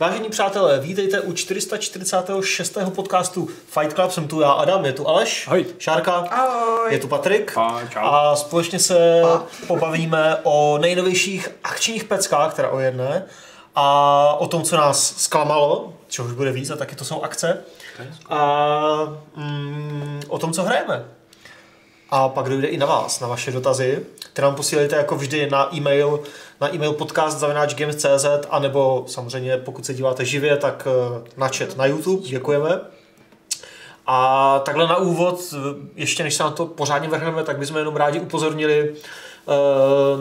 Vážení přátelé, vítejte u 446. podcastu Fight Club. Jsem tu já, Adam, je tu Aleš, Ahoj. Šárka, Ahoj. je tu Patrik. A čau. A společně se pobavíme o nejnovějších akčních peckách, teda o jedné, a o tom, co nás zklamalo, čehož bude víc, a taky to jsou akce. A mm, o tom, co hrajeme. A pak dojde i na vás, na vaše dotazy, které nám posílejte jako vždy na e-mail, na e-mail podcast.games.cz a nebo samozřejmě pokud se díváte živě, tak eh, na chat na YouTube, děkujeme. A takhle na úvod, eh, ještě než se na to pořádně vrhneme, tak bychom jenom rádi upozornili eh,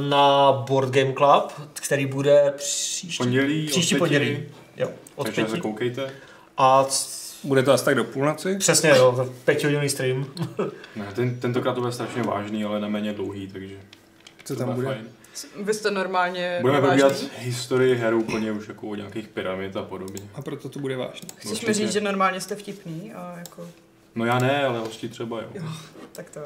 na Board Game Club, který bude příští Pondělí od příští pěti. pondělí. Jo, od Takže jako- se pěti. koukejte. A c- Bude to asi tak do půlnoci? přesně, jo, pětihodinový stream. Ne, ten, tentokrát to bude strašně vážný, ale neméně dlouhý, takže Co to tam bude? fajn. Vy jste normálně Budeme vážný? probíhat historii her úplně už jako od nějakých pyramid a podobně. A proto to bude vážné. Chceš Určitě. mi říct, že normálně jste vtipný a jako, No já ne, ale hosti třeba jo. tak to.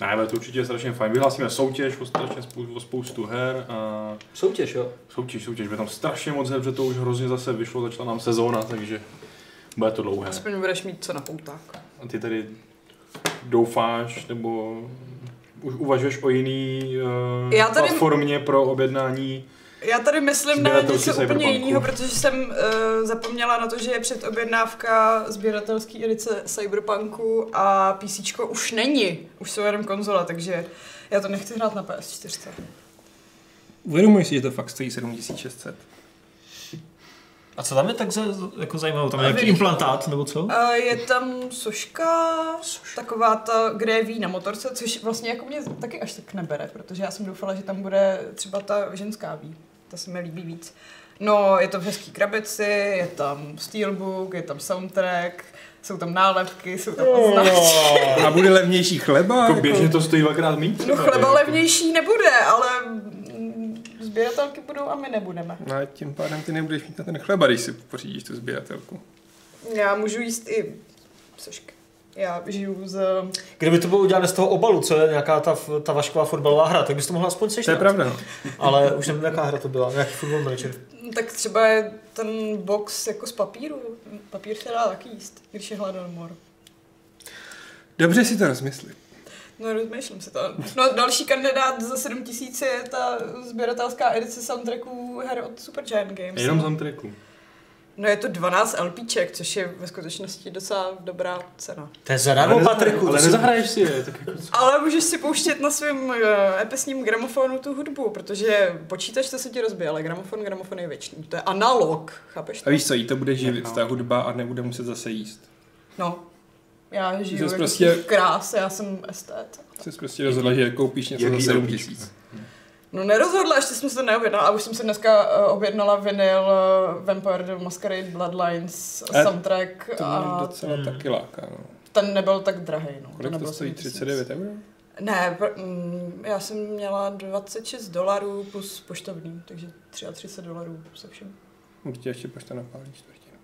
Ne, ale to určitě je strašně fajn. Vyhlásíme soutěž o, strašně spou- o spoustu her a Soutěž, jo. soutěž, soutěž. Bude tam strašně moc her, protože to už hrozně zase vyšlo, začala nám sezóna, takže bude to dlouhé. Aspoň budeš mít co na pouták. A ty tady doufáš, nebo už uvažuješ o jiný uh, Já tady- platformě pro objednání Já tady myslím na Sběratelský něco úplně cyberpunku. jiného, protože jsem uh, zapomněla na to, že je předobjednávka sběratelské edice Cyberpunku a PC už není. Už jsou jenom konzola, takže já to nechci hrát na PS4. Uvědomuješ si, že to fakt stojí 7600? A co tam je tak za, jako zajímavé? Tam je A nějaký vidíš- implantát, nebo co? Uh, je tam soška, taková ta gréví na motorce, což vlastně jako mě taky až tak nebere, protože já jsem doufala, že tam bude třeba ta ženská ví. Ta se mi líbí víc. No, je to v hezký krabici, je tam steelbook, je tam soundtrack, jsou tam nálepky, jsou tam označky. A bude levnější chleba? Jako běžně to stojí dvakrát míň? No třeba, chleba jako. levnější nebude, ale mm, sběratelky budou a my nebudeme. No a tím pádem ty nebudeš mít na ten chleba, když si pořídíš tu sběratelku. Já můžu jíst i sošky. Já žiju z... Kdyby to bylo udělané z toho obalu, co je nějaká ta, ta vašková fotbalová hra, tak bys to mohla aspoň To je sečtat. pravda, no. Ale už nevím, jaká hra to byla, nějaký football manager. Tak třeba je ten box jako z papíru. Papír se dá taky jíst, když je hladomor. Dobře si to rozmysli. No rozmýšlím si to. No další kandidát za 7000 je ta sběratelská edice soundtracků her od Supergiant Games. jako Jenom z tracku. No je to 12 LPček, což je ve skutečnosti docela dobrá cena. To je zadarmo, Patriku. ale to jsou- nezahraješ si je, tak jako co? Ale můžeš si pouštět na svém uh, epesním gramofonu tu hudbu, protože počítač to se ti rozbije, ale gramofon, gramofon je věčný. To je analog, chápeš A to? víš co, jí to bude živit, Nechám. ta hudba a nebude muset zase jíst. No. Já žiju jsi jako prostě- prostě... v kráse, já jsem estet. Jsi prostě rozhodla, že koupíš něco jako za Jaký 7 LPčko? tisíc. No nerozhodla, ještě jsem se to neobjednala, a už jsem se dneska uh, objednala vinyl uh, Vampire the Masquerade Bloodlines A soundtrack Eh, To mě a docela Hmm. taky láká, no. ten nebyl tak drahý. No. Kolik to nebylo stojí? 7 tisíc. 39 euro? Ne, pr- mm, já jsem měla 26 dolarů plus poštovní, takže 33 dolarů se všem. Určitě ještě pošta na pálení čtvrtinu.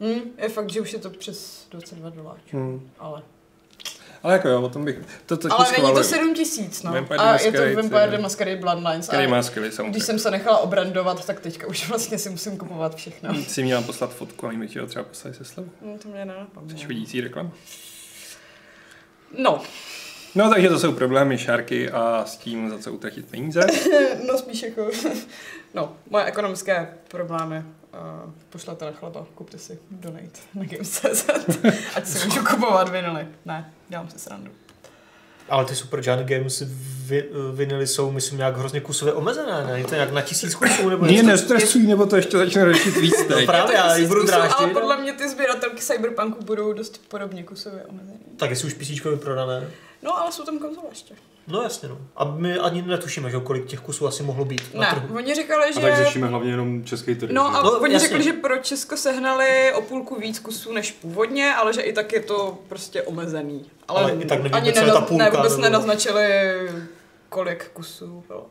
Hmm, je fakt, že už je to přes 22 dolarů, Hmm. ale... Ale jako jo, o tom bych... To, to ale není to 7 tisíc, no. Vampire the a je Masquerade, to Vampire je- the Masquerade Bloodlines. Který a má skvělý když soundtrack. jsem se nechala obrandovat, tak teďka už vlastně si musím kupovat všechno. Si měla poslat fotku a my ti ho třeba poslali se slevou. No, to mě nenapadlo. Chceš vidící reklamu? No, No takže to jsou problémy šárky a s tím za co utratit peníze. no spíš jako, no, moje ekonomické problémy. Uh, pošlete na chleba, kupte si donate na Games.cz, ať si můžu kupovat vinily. Ne, dělám si srandu. Ale ty Super Giant Games vi, vinily jsou, myslím, nějak hrozně kusově omezené, ne? Je to nějak na tisíc kusů nebo Mě něco? nestresuj, nebo to ještě začne řešit víc No teď. právě, Je to já ji tisíc budu kusů, Ale dráždit. podle mě ty sběratelky Cyberpunku budou dost podobně kusově omezený. Tak jestli už písíčko prodané. No, ale jsou tam konzole ještě. No jasně, no. A my ani netušíme, že jo, kolik těch kusů asi mohlo být na Ne, trhu. oni říkali, A tak že řešíme hlavně jenom český trh. No a No, oni jasně. řekli, že pro Česko sehnali o půlku víc kusů než původně, ale že i tak je to prostě omezený. Ale, Ale i tak nevíme, ani co je ta půlka, ne, vůbec nebo- nenaznačili, kolik kusů bylo.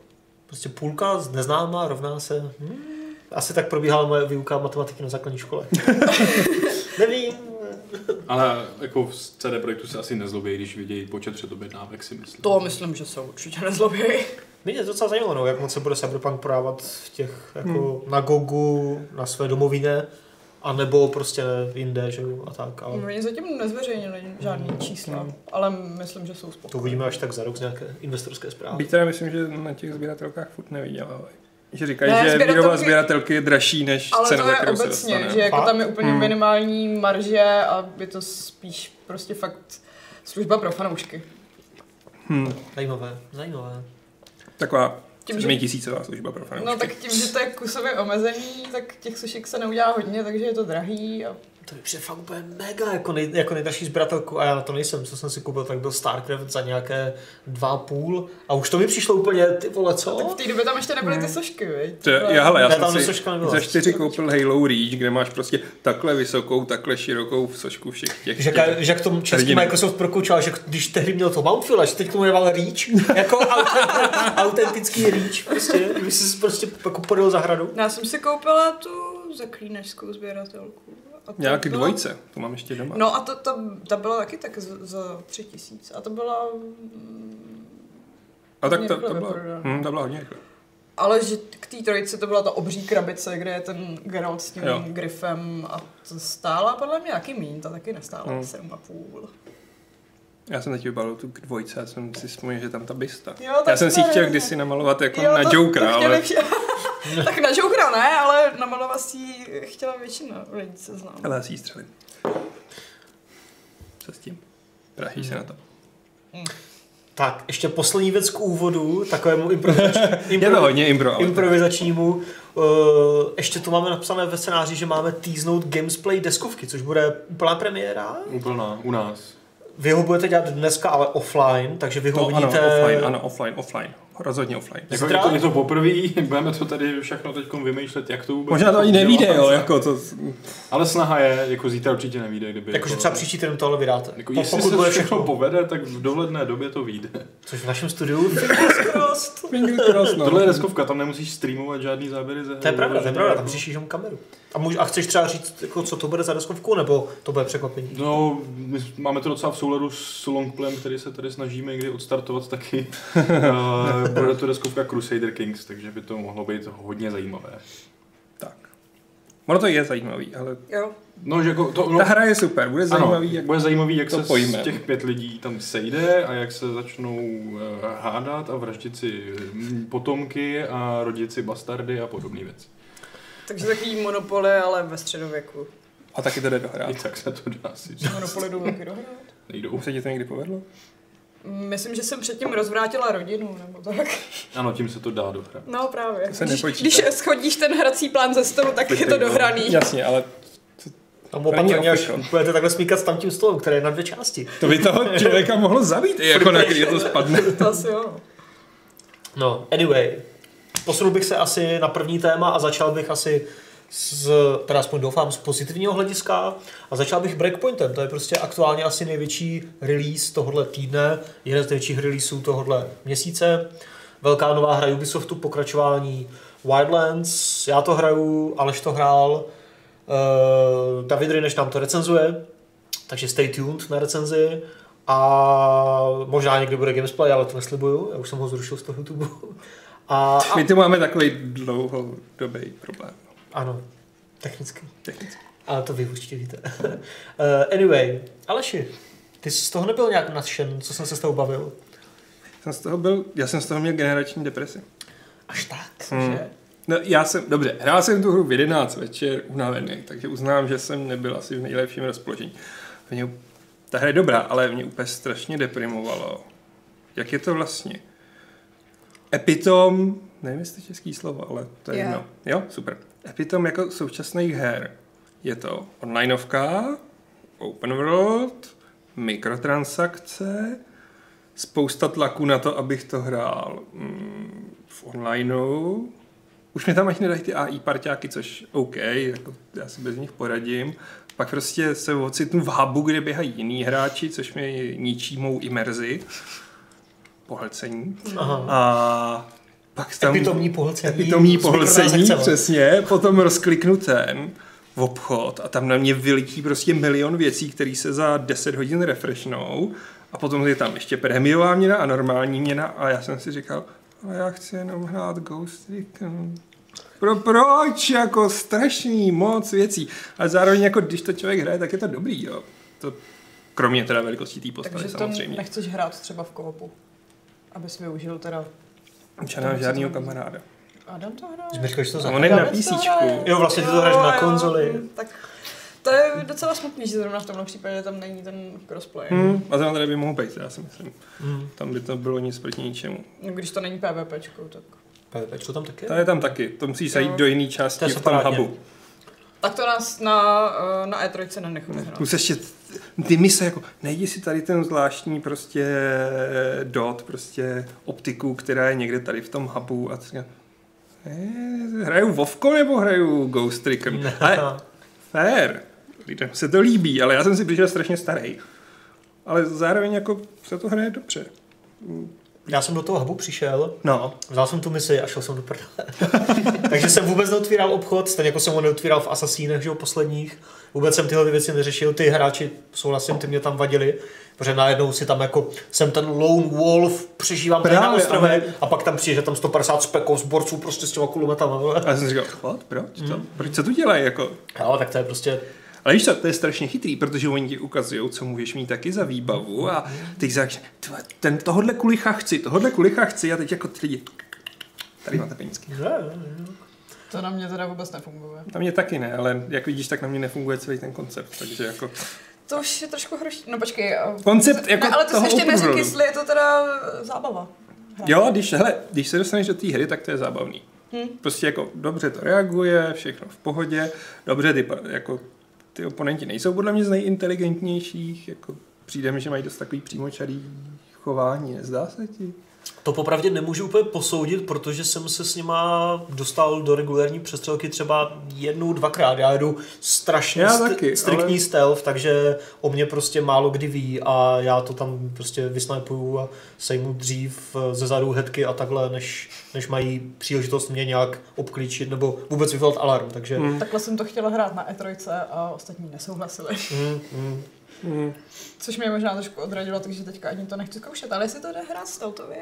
Prostě půlka z neznámá rovná se... Hmm. Asi tak probíhala moje výuka matematiky na základní škole. Nevím. Ale jako v CD Projektu se asi nezlobí, když vidějí počet předobjednávek, si myslím. To myslím, že se určitě nezlobí. Mě je docela zajímalo, no, jak moc se bude Cyberpunk prodávat v těch, jako hmm. na Gogu, na své domovině, anebo prostě jinde, že jo, a tak, ale Oni zatím nezveřejnili žádný čísla, Hmm. ale myslím, že jsou to spokojení. uvidíme až tak za rok z nějaké investorské zprávy. Byť teda myslím, že na těch sběratelkách furt nevydělávají. Že říkají, Ne, že sběratelky- výroba sběratelky je dražší než Ale cena, to za je kterou se obecně, dostane. že jako Fakt? tam je úplně minimální marže a je to spíš prostě fakt služba pro fanoušky. Zajímavé, zajímavé. Hm, Taková Tím, že- sedmitisícová služba pro fanoušky. No tak tím, že to je kusově omezený, tak těch sušek se neudělá hodně, takže je to drahý. A... To mi přijde fakt úplně mega jako, nej, jako nejdražší zbratelku a já to nejsem, co jsem si koupil, tak byl Starcraft za nějaké dva a půl a už to mi přišlo úplně, ty vole, Tak co? v té době tam ještě nebyly ty sošky, viď? To, je- já, hele, já Ne, jsem tam si soška nebyla. za čtyři koupil Halo Reach, kde máš prostě takhle vysokou, takhle širokou sošku všech těch. Že, ka- že k tomu český Hrdiny. Microsoft prokoučal, že když tehdy měl to Mountfield, až teď k tomu jeval Reach, jako autentický, autentický Reach, prostě, kdyby si prostě jako podal zahradu. No, Já jsem si koupila tu zaklínačskou sběratelku. A to Nějaký byla- dvojce, to mám ještě doma. No a to, to, ta byla taky tak z- za tři tisíce. A to byla... mm, a tak hodně to, rychle to, byla, vyprodala. hm, to byla hodně rychle. Ale že k té trojici to byla ta obří krabice, kde je ten Geralt s tím Jo. Griffem a to stála podle mě jaký mín, ta taky nestála Hmm. hmm. 7,5. Já jsem teď vybalil tu k dvojce, já jsem si vzpomněl, že tam ta bysta. Jo, tak já jsem si to je. chtěl kdysi namalovat jako na Jokera, chtěli ale vš- tak na Jokera ne, ale namalovat si ji chtěla většina lidí se znám. ale já si ji střelím. Co s tím? Praší se na to. Tak, ještě poslední věc k úvodu, takovému improvizačnímu, Je to hodně impro, ale improvizačnímu. Uh, ještě tu máme napsané ve scénáři, že máme týznout gamesplay deskovky, což bude úplná premiéra. Úplná, u nás. Vy ho budete dělat dneska, ale offline, takže vy ho to No, ano, uvidíte... offline, ano, offline, offline. Rozhodně offline. Jako, je, Zdravím. to, je to poprvé, budeme to tady všechno teď vymýšlet, jak to vůbec... Možná to ani udělat. nevíde, jo, jako to... Ale snaha je, jako zítra určitě nevíde, kdyby... Jakože třeba příští týden tohle vydáte. Jako, Po- jestli pokud se bude všechno, všechno. povede, tak v dohledné době to vyjde. Což v našem studiu... Fingers crossed, Tohle je no. deskovka, tam nemusíš streamovat žádný záběry ze hry. To je pravda, to je pravda, tam Jako- přišíš jenom kameru. A, můž, a chceš třeba říct, jako, co to bude za deskovku, nebo to bude překvapení? No, my máme to docela v souladu s longplayem, který se tady snažíme někdy odstartovat taky. Eh, Bude to deskovka Crusader Kings, takže by to mohlo být hodně zajímavé. Tak. Ono to je zajímavý, ale Jo. No, že jako to, no, ta hra je super, bude zajímavý, ano, jak... bude zajímavý, jak to se pojme. z těch pět lidí tam sejde a jak se začnou eh, hádat a vraždit si mm, potomky a rodit si bastardy a podobné věci. Takže takový monopoly, ale ve středověku. A taky to jde I dohrát. tak se to dá si říct. Monopoly jdou taky dohrát. Nejdou. Už se ti to někdy povedlo? Myslím, že jsem předtím rozvrátila rodinu, nebo tak. Ano, tím se to dá dohrát. No právě. To se když, nepočítá. když schodíš ten hrací plán ze stolu, tak Teď je to tak, no. dohraný. Jasně, ale Tam Není opatrně, až official. budete takhle smíkat s tamtím stolem, které je na dvě části. to by toho člověka mohlo zabít, i jako na chvíli to spadne. To asi jo. No, anyway. Posunul bych se asi na první téma a začal bych asi z, teda aspoň doufám, z pozitivního hlediska a začal bych Breakpointem, to je prostě aktuálně asi největší release tohohle týdne, jeden z největších releaseů tohohle měsíce. Velká nová hra Ubisoftu, pokračování Wildlands, já to hraju, Aleš to hrál, eh, David Rineš nám to recenzuje, takže stay tuned na recenzi a možná někdy bude Gamesplay, ale to neslibuju, já už jsem ho zrušil z toho YouTube. A, a My tu máme takový dlouhodobý problém. no, ano, technicky. Technicky. Ale to vy určitě víte. Eh, anyway, Aleši, ty jsi z toho nebyl nějak nadšen, co jsem se s tebou bavil. Jsem z toho byl, já jsem z toho měl generační depresi. Až tak. Cože? No, já jsem, dobře, hrál jsem tu hru v 11 večer unavený, takže uznám, že jsem nebyl asi v nejlepším rozpoložení. Mě, ta hra je dobrá, ale mě úplně strašně deprimovalo. Jak je to vlastně? Epitom, nevím, jestli to je český slovo, ale to je Jo. jedno. Jo, super. Epitom jako současných her. Je to onlineovka, open world, mikrotransakce, spousta tlaku na to, abych to hrál mm, v onlineu. Už mi tam ani nedají ty AI parťáky, což OK, jako já si bez nich poradím. Pak prostě se ocitnu v hubu, kde běhají jiní hráči, což mi ničí mou imerzi. Pohlcení. Aha. A pak tam... Epitomní pohlcení. Epitomní s pohlcení, mikrotransakcemi. přesně. Potom rozkliknu ten. v obchod a tam na mě vylítí prostě milion věcí, které se za 10 hodin refreshnou a potom je tam ještě prémiová měna a normální měna a já jsem si říkal, ale já chci jenom hrát Ghost Recon. Pro, proč? Jako strašný moc věcí. A zároveň jako když to člověk hraje, tak je to dobrý, jo. To, kromě teda velikosti té postavy Takže to samozřejmě. nechceš hrát třeba v koopu, abys využil teda... Já nemám žádného kamaráda. Adam to hrál? Jsi mi říkal, že to za... On je na Adam to hraje. písíčku. Jo, vlastně ty to hraješ na jo, konzoli. hm, Tak to je docela smutný, že zrovna v tomhle případě tam není ten crossplay. Hmm, a zrovna tady by mohl být, já si myslím. Mm. Tam by to bylo nic proti ničemu. No, Když to není PvPčko, tak... PvPčko tam taky? Ta je tam taky, to musí zajít Jo. do jiné části To je v tom separátně. hubu. Tak to nás na, eh, na E3 nenecháme hrát. Plus ještě t- ty mise, jako najdi si tady ten zvláštní prostě dot, prostě optiku, která je někde tady v tom hubu a třeba, Eh, hraju Vovko nebo hraju Ghost Recon? Ne. Ale fair, lidem se to líbí, ale já jsem si přišel strašně starý. Ale zároveň jako se to hraje dobře. Já jsem do toho hubu přišel, No, vzal jsem tu misi a šel jsem do prdele. Takže jsem vůbec neotvíral obchod, stejně jako jsem ho neotvíral v Asasínech, že jo, posledních. Vůbec jsem tyhle věci neřešil, ty hráči, souhlasím, ty mě tam vadili. Protože najednou si tam jako, jsem ten lone wolf, přežívám tady na Právě, ostrově a pak tam přijde tam 150 spekov z borců prostě s těma kulometama. vole. a já jsem si říkal, what, proč to? Mm. Proč se to dělají, jako? Jo, tak to je prostě, Ale víš co, to je strašně chytrý, protože oni ti ukazují, co můžeš mít taky za výbavu a ty říkáš, "Tva, ten tohodle kulicha chci, tohodle kulicha chci a teď jako ty lidi, tady máte penízky. ne, ne, ne. To na mě teda vůbec nefunguje. Na mě taky ne, ale jak vidíš, tak na mě nefunguje celý ten koncept, takže jako... To už je trošku horší. No počkej. a- Koncept jako ne, ale to toho jsi ještě open neřekl, worldu. jestli je to teda eh, zábava. Hrát. Jo, když, hele, když se dostaneš do té hry, tak to je zábavný. Hm. Prostě jako dobře to reaguje, všechno v pohodě, dobře ty, pa- jako, ty oponenti nejsou podle mě z nejinteligentnějších, jako přijde mi, že mají dost takový přímočarý chování, nezdá se ti? To popravdě nemůžu úplně posoudit, protože jsem se s nima dostal do regulární přestřelky třeba jednou, dvakrát. Já jedu strašně Já st- taky, striktní ale- stealth, takže o mě prostě málo kdy ví a já to tam prostě vysnipuju a sejmu dřív eh, ze zadu headky a takhle, než, než mají příležitost mě nějak obklíčit nebo vůbec vyvolat alarm, takže... Hmm. Mm. Takhle jsem to chtěla hrát na E3 a ostatní nesouhlasili. Mm, mm. Mm. Což mě možná trošku odradilo, takže teďka ani to nechci zkoušet. Ale jestli to jde hrát stealthově,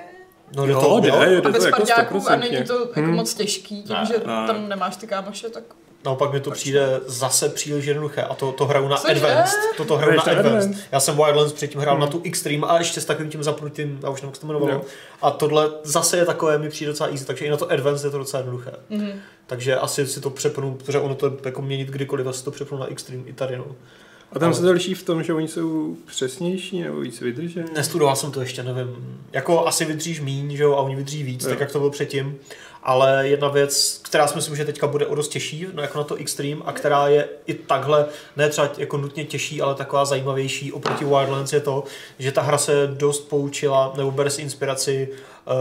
No, Jo, jde, jo. jde. a to bez jako parťáků a 100%. není to jako Hm. moc těžký, tím, Ne, že ne. tam nemáš ty kámoše, tak Naopak mi to přijde zase příliš jednoduché a to, to hraju na Cože? Advanced. Toto hraju na Hraješ na Advanced. Advanced? Hmm. Já jsem Wildlands předtím hrál na tu Extreme a ještě s takovým tím zapnutým, já už nevím, jak se to jmenovalo. Jo. A tohle zase je takové, mi přijde docela easy, takže i na to Advanced je to docela jednoduché. mhm. Takže asi si to přepnu, protože ono to je jako měnit kdykoliv, asi to přepnu na Extreme i tady. No. A tam Ale- se to liší v tom, že oni jsou přesnější nebo víc vydržení. Nestudoval jsem to ještě, nevím. Jako asi vydříš míň, že jo, a oni vydří víc, Jo. tak jak to bylo předtím. Ale jedna věc, která si myslím, že teďka bude o dost těžší, no jako na to Extreme, a která je i takhle, ne třeba jako nutně těžší, ale taková zajímavější oproti Wildlands je to, že ta hra se dost poučila, nebo bere si inspiraci eh,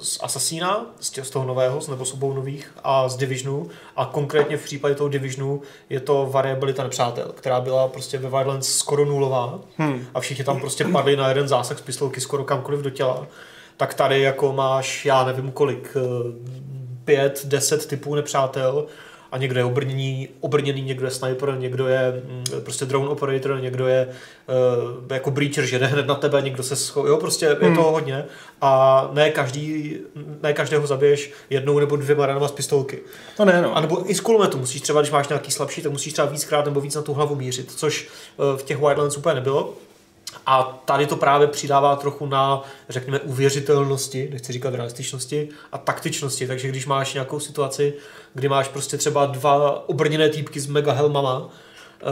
z Assassina, z, tě, z toho nového, z- nebo z obou nových, a z Divisionu. A konkrétně v případě toho Divisionu je to variabilita nepřátel, která byla prostě ve Wildlands skoro nulová Hmm. a všichni tam prostě padli na jeden zásah z pistolky skoro kamkoliv do těla, tak tady jako máš, já nevím kolik, eh, pět, deset typů nepřátel a někdo je obrněný, obrněný někdo je sniper, někdo je mm, prostě drone operator, někdo je eh, jako breacher, že jde hned na tebe, někdo se scho... jo, prostě je toho hodně a ne každý, ne každého zabiješ jednou nebo dvěma ranama z pistolky. To ne, no. A nebo i z kulometu musíš třeba, když máš nějaký slabší, tak musíš třeba víckrát nebo víc na tu hlavu mířit, což eh, v těch Wildlands úplně nebylo. A tady to právě přidává trochu na, řekněme, uvěřitelnosti, nechci říkat realističnosti, a taktičnosti. Takže když máš nějakou situaci, kdy máš prostě třeba dva obrněné týpky s mega helmama, eh,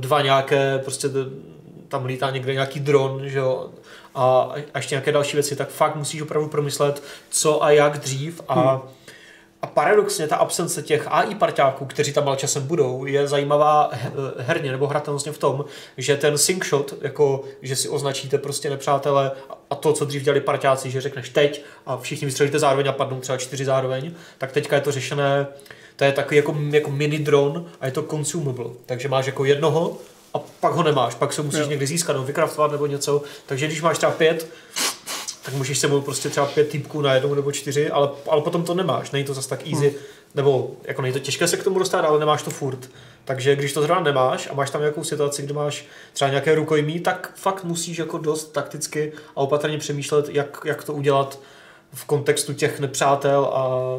dva nějaké, prostě d- tam lítá někde nějaký dron, že jo, a, a ještě nějaké další věci, tak fakt musíš opravdu promyslet, co a jak dřív a a paradoxně ta absence těch AI parťáků, kteří tam ale časem budou, je zajímavá he- eh, herně nebo hratelnostně v tom, že ten sync shot, jako že si označíte prostě nepřátele a- a to, co dřív dělali parťáci, že řekneš teď a všichni vystřelíte zároveň a padnou třeba čtyři zároveň, tak teďka je to řešené, to je takový jako, jako mini dron a je to consumable, takže máš jako jednoho a pak ho nemáš, pak se musíš Jo. někdy získat nebo vykraftovat nebo něco, takže když máš třeba pět tak můžeš sebou prostě třeba pět týpků na jednou nebo čtyři, ale, ale potom to nemáš, není to zas tak easy, hmm. nebo jako není to těžké se k tomu dostat, ale nemáš to furt. Takže když to zrovna nemáš a máš tam nějakou situaci, kde máš třeba nějaké rukojmí, tak fakt musíš jako dost takticky a opatrně přemýšlet, jak, jak to udělat v kontextu těch nepřátel a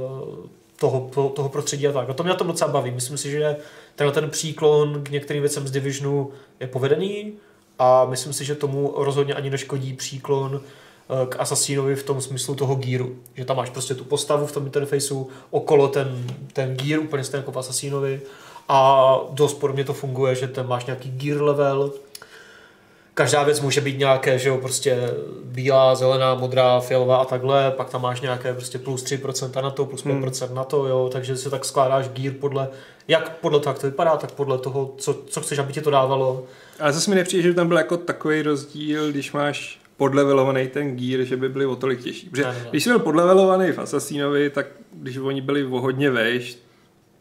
toho, toho prostředí a tak. No to mě na tom docela baví. Myslím si, že tenhle ten příklon k některým věcem z Divisionu je povedený a myslím si, že tomu rozhodně ani neškodí příklon eh, k Assassinovi v tom smyslu toho gíru. Že tam máš prostě tu postavu v tom interfejsu, okolo ten, ten gír, úplně stejně jako v Assassinovi a dost podobně to funguje, že tam máš nějaký gear level, každá věc může být nějaké, že jo, prostě bílá, zelená, modrá, fialová a takhle, pak tam máš nějaké prostě plus 3% na to, Hmm. plus 5% na to, jo, takže se tak skládáš gear podle, jak podle toho, jak to vypadá, tak podle toho, co, co chceš, aby ti to dávalo. Ale zase mi nepřijde, že by tam byl jako takový rozdíl, když máš podlevelovaný ten gear, že by byly o tolik těžší. Protože Ne, ne, ne. když jsi byl podlevelovaný v Assassinovi, tak když oni byli o hodně vejš,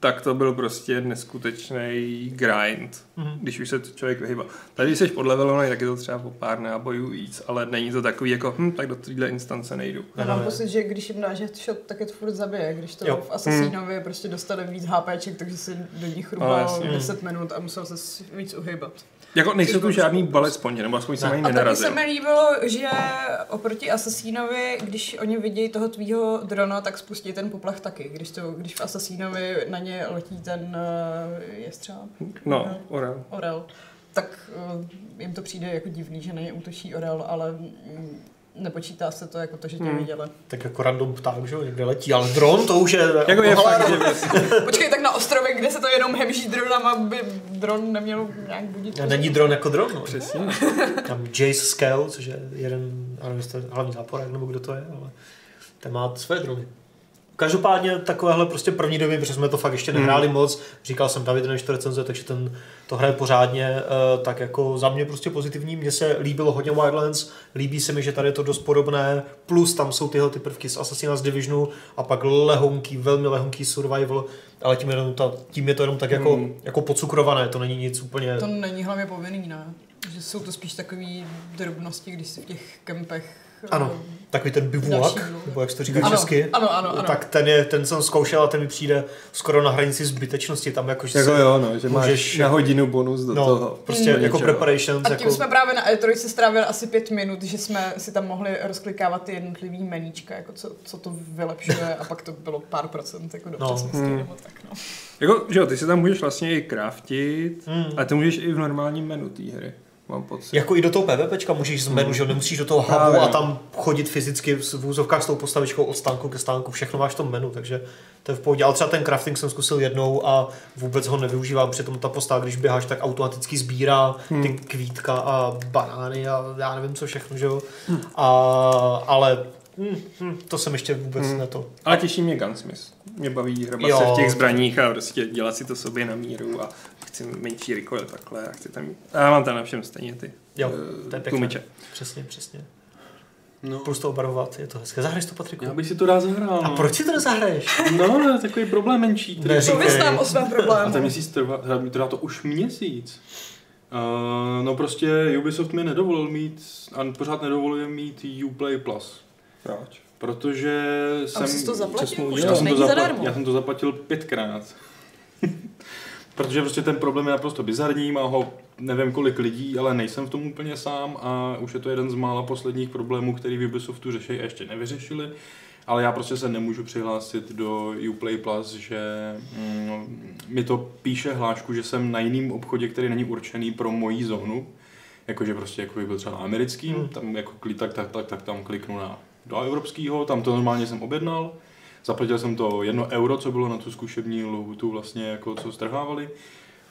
tak to byl prostě neskutečný grind, mm-hmm. když už se to člověk vyhýbal. Tady, když jsi podlevelovaný, tak je to třeba po pár nábojů víc, ale není to takový jako, hm, tak do téhle instance nejdu. Já mám pocit, že když jim dáš headshot, tak je to furt zabije. Když to Jo. jo. v Assassinovi prostě dostane víc HPček, takže si do nich Ale rubal jasně. 10 minut a musel se víc uhybat. Jako nejsou tu žádný bullet sponge, nebo aspoň jsem ani A taky se nenarazil. mi líbilo, že oproti Assassinovi, když oni vidějí toho tvýho drona, tak spustí ten poplach taky. Když, to, když v Assassinovi na ně letí ten uh, jestřáb, No, orel. orel, tak uh, jim to přijde jako divný, že na ně útočí orel, ale mm, nepočítá se to jako to, že tě Hmm. viděli. Tak jako random pták, že jo, někde letí, ale dron to už je... Jako je Hele, fakt, že Počkej, tak na ostrově, kde se to jenom hemží dronama, by dron neměl nějak budit. Není dron jako dron, no. přesně. Tam Jace Scale, což je jeden, ano, jestli to je hlavní záporák, nebo kdo to je, ale ten má své drony. Každopádně takovéhle prostě první doby, protože jsme to fakt ještě nehráli hmm. moc, říkal jsem David, než to recenzuje, takže ten to hraje pořádně, eh, tak jako za mě prostě pozitivní, mně se líbilo hodně Wildlands, líbí se mi, že tady je to dost podobné, plus tam jsou tyhle ty prvky z Assassin's Divisionu a pak lehonký, velmi lehonký survival, ale tím, jenom ta, tím je to jenom tak jako, hmm. jako pocukrované, to není nic úplně... To není hlavně povinný, ne? Že jsou to spíš takové drobnosti, když si v těch kempech... eh, Ano, takový ten bivuak, Další bivuak. nebo jak se to říká Ano, česky. ano, ano, No, ano. No, Tak ten, je, ten jsem zkoušel a ten mi přijde skoro na hranici zbytečnosti. Tam jako, že Jako se- jo, no, že máš můžeš- na hodinu bonus do no, toho. prostě Do jako něčeho. preparations. A tím Jako, jsme právě na E3 se strávili asi pět minut, že jsme si tam mohli rozklikávat ty jednotlivý meníčka, jako co, co to vylepšuje a pak to bylo pár procent jako do No. přesnosti Hmm. nebo tak, no. Jako, že jo, ty si tam můžeš vlastně i craftit, Hmm. a ty můžeš i v normálním menu té hry, mám pocit. jako i do toho PvPčka můžeš zmenu, že jo, nemusíš do toho hubu Právě. no. a tam chodit fyzicky v v úzovkách s tou postavičkou od stánku ke stánku, všechno máš v tom menu, takže to je v pohodě. Ale třeba ten crafting jsem zkusil jednou a vůbec ho nevyužívám, přitom ta postava, když běháš, tak automaticky sbírá ty Hmm. kvítka a banány a já nevím co všechno, že jo. Hmm. A, ale hm, hm, to jsem ještě vůbec hmm. ne to. Ale těší mě Gunsmith. Mě baví hrabat Jo. se v těch zbraních a prostě dělat si to sobě na míru a chci menší recoil takhle a chci tam mít. A já mám tam na všem stejně ty Jo, eh, to je pěkné. tlumiče. Přesně, přesně. No. Plus to obarvovat, je to hezké. Zahraješ to, Patriku? Já bych si to rád zahrál. A no. proč si to nezahraješ? No, no, takový problém menší. který- Neříkej. Pověz nám o svém problému. A ten měsíc trvá, teda mi trvá to už měsíc. Uh, no prostě Ubisoft mi nedovolil mít, a pořád nedovoluje mít Uplay Plus. Proč? Protože jsem... A už jsi to Přesně, zaplatil? Už jo. já, to jsem to není zaplatil, zadarmo. já jsem to zaplatil pětkrát. Protože prostě ten problém je naprosto bizarní, má ho nevím kolik lidí, ale nejsem v tom úplně sám a už je to jeden z mála posledních problémů, který v Ubisoftu řeší a ještě nevyřešili. Ale já prostě se nemůžu přihlásit do Uplay Plus, že mm, mi to píše hlášku, že jsem na jiném obchodě, který není určený pro moji zónu. Jakože prostě jako by byl třeba na americkým, Hmm. tam jako klí, tak, tak, tak, tak tam kliknu na do evropského, tam to normálně jsem objednal. Zaplatil jsem to jedno euro, co bylo na tu zkušební lhutu vlastně, jako co strhávali.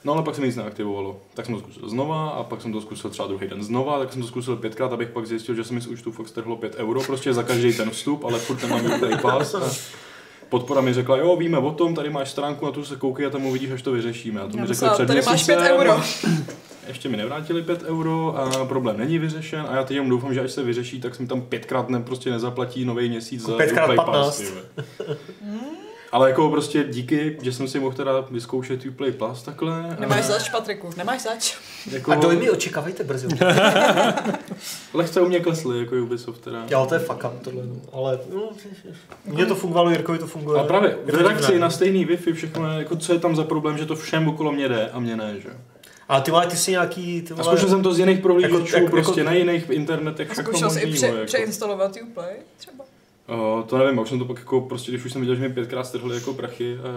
No ale pak se mi nic neaktivovalo. Tak jsem to zkusil znova a pak jsem to zkusil třeba druhý den znova, tak jsem to zkusil pětkrát, abych pak zjistil, že se mi z účtu fakt strhlo 5 euro, prostě za každý ten vstup, ale furt nemám Uplay Pass. A podpora mi řekla, jo, víme o tom, tady máš stránku, na tu se koukej a tam uvidíš, až to vyřešíme. A to mi Já řekli myslela, před tady máš měsícem. 5 euro. Ještě mi nevrátili 5 euro a problém není vyřešen a já teď jenom doufám, že až se vyřeší, tak jsem tam pětkrát ne, prostě nezaplatí nový měsíc za Pětkrát Uplay Pass, Hmm. 15. ty vole. Ale jako prostě díky, že jsem si mohl teda vyzkoušet Uplay Plus takhle. Nemáš zač, Patriku, nemáš zač. Jako, A dojmy očekávejte brzy. Lehce u mě klesly, jako Ubisoft teda. Já to je fuck up tohle, no. ale no, mně to fungovalo, Jirkovi to funguje. A právě, v Je to divné. redakci na stejný Wi-Fi všechno je, jako co je tam za problém, že to všem okolo mě jde a mě ne, že? Ale ty vole, ty jsi nějaký, ty A vole, zkoušel jsem to z jiných prohlížečů, Jako- jako- prostě jako- na jiných internetech, A všechno zkoušel jsi i pře- možnýho, jako. přeinstalovat Uplay třeba? O, to nevím, já už jsem to pak jako prostě, když už jsem viděl, že mi pětkrát strhli jako prachy a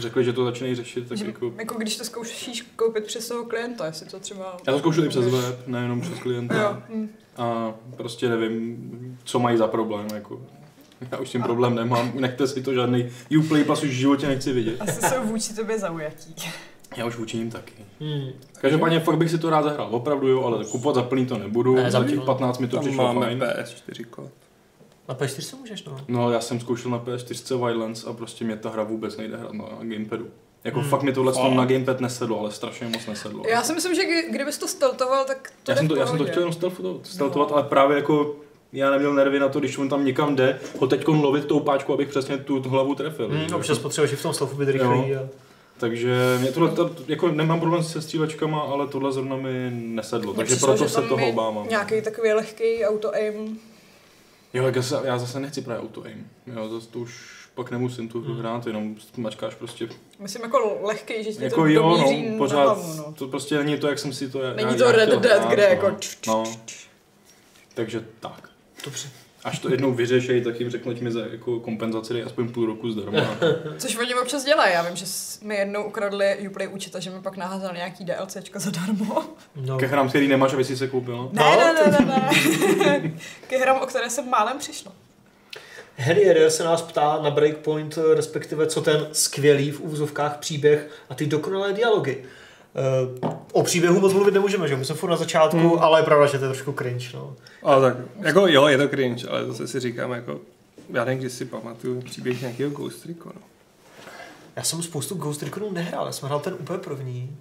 řekli, že to začínají řešit, tak Že, jako... jako když to zkoušíš koupit přes toho klienta, jestli to třeba... Já to zkoušel i přes web, nejenom přes klienta. Jo, hm. A prostě nevím, co mají za problém, jako. Já už s tím problém nemám, nechte si to žádný Uplay Plus už v životě nechci vidět. Asi jsou vůči tobě zaujatí. Já už vůči ním taky. hmm. Každopádně fakt bych si to rád zahrál, opravdu jo, ale kupovat za plný to nebudu, Ne, ne, za za těch plný. 15 mi to Tam přišlo máme fajn. PS4 kód. Na P4 se můžeš, no. No já jsem zkoušel na PS4 Wildlands a prostě mě ta hra vůbec nejde hrát na gamepadu. Jako Hmm. fakt mi tohle Fakt. na gamepad nesedlo, ale strašně moc nesedlo. Já si myslím, že kdy- kdybys to steltoval, tak to já, jsem jde to, v já jsem to pohodě. chtěl jenom stealthovat, stealthovat ale právě jako já neměl nervy na to, když on tam někam jde, ho teď lovit tou páčku, abych přesně tu hlavu trefil. Hmm, Jako- občas potřebuješ i v tom slovu být Jo. rychlý. A... Takže mě tohle, to, jako nemám problém se střílečkama, ale tohle zrovna mi nesedlo, Mně takže přišlo, proto že se tam toho je obávám. Nějaký takový lehký auto-aim. Jo, tak já, se, já zase nechci právě auto aim. Jo, zase to už pak nemusím tu Hmm. hru hrát, jenom mačkáš prostě. Myslím jako lehký, že ti jako to jo, domíří no, na pořád, hlavu, no. to prostě není to, jak jsem si to já, Není já, to já Red chtěl Dead, hrát, kde no. jako č- č- No, takže tak. Dobře. Až to jednou vyřešej, tak jim řeknu, ať mi za jako kompenzaci dej aspoň půl roku zdarma. Což oni občas dělají, já vím, že s- mi jednou ukradli Uplay účet a že mi pak naházali nějaký DLCčka zadarmo. No. Ke hrám, který nemáš, aby si se koupil. Ne, ne, ne, ne, ne. Ke hrám, o které jsem málem přišla. Harry Herrier se nás ptá na Breakpoint, eh, respektive co ten skvělý v úvozovkách příběh a ty dokonalé dialogy. Eh, O příběhu moc mluvit nemůžeme, že? jo? My jsme furt na začátku, hmm. ale je pravda, že to je trošku cringe. No. Ale tak, jako jo, je to cringe, ale zase si říkám, jako, já nevím, když si pamatuju příběh nějakého Ghost Reconu. Já jsem spoustu Ghost Reconů nehrál, já jsem hrál ten úplně první.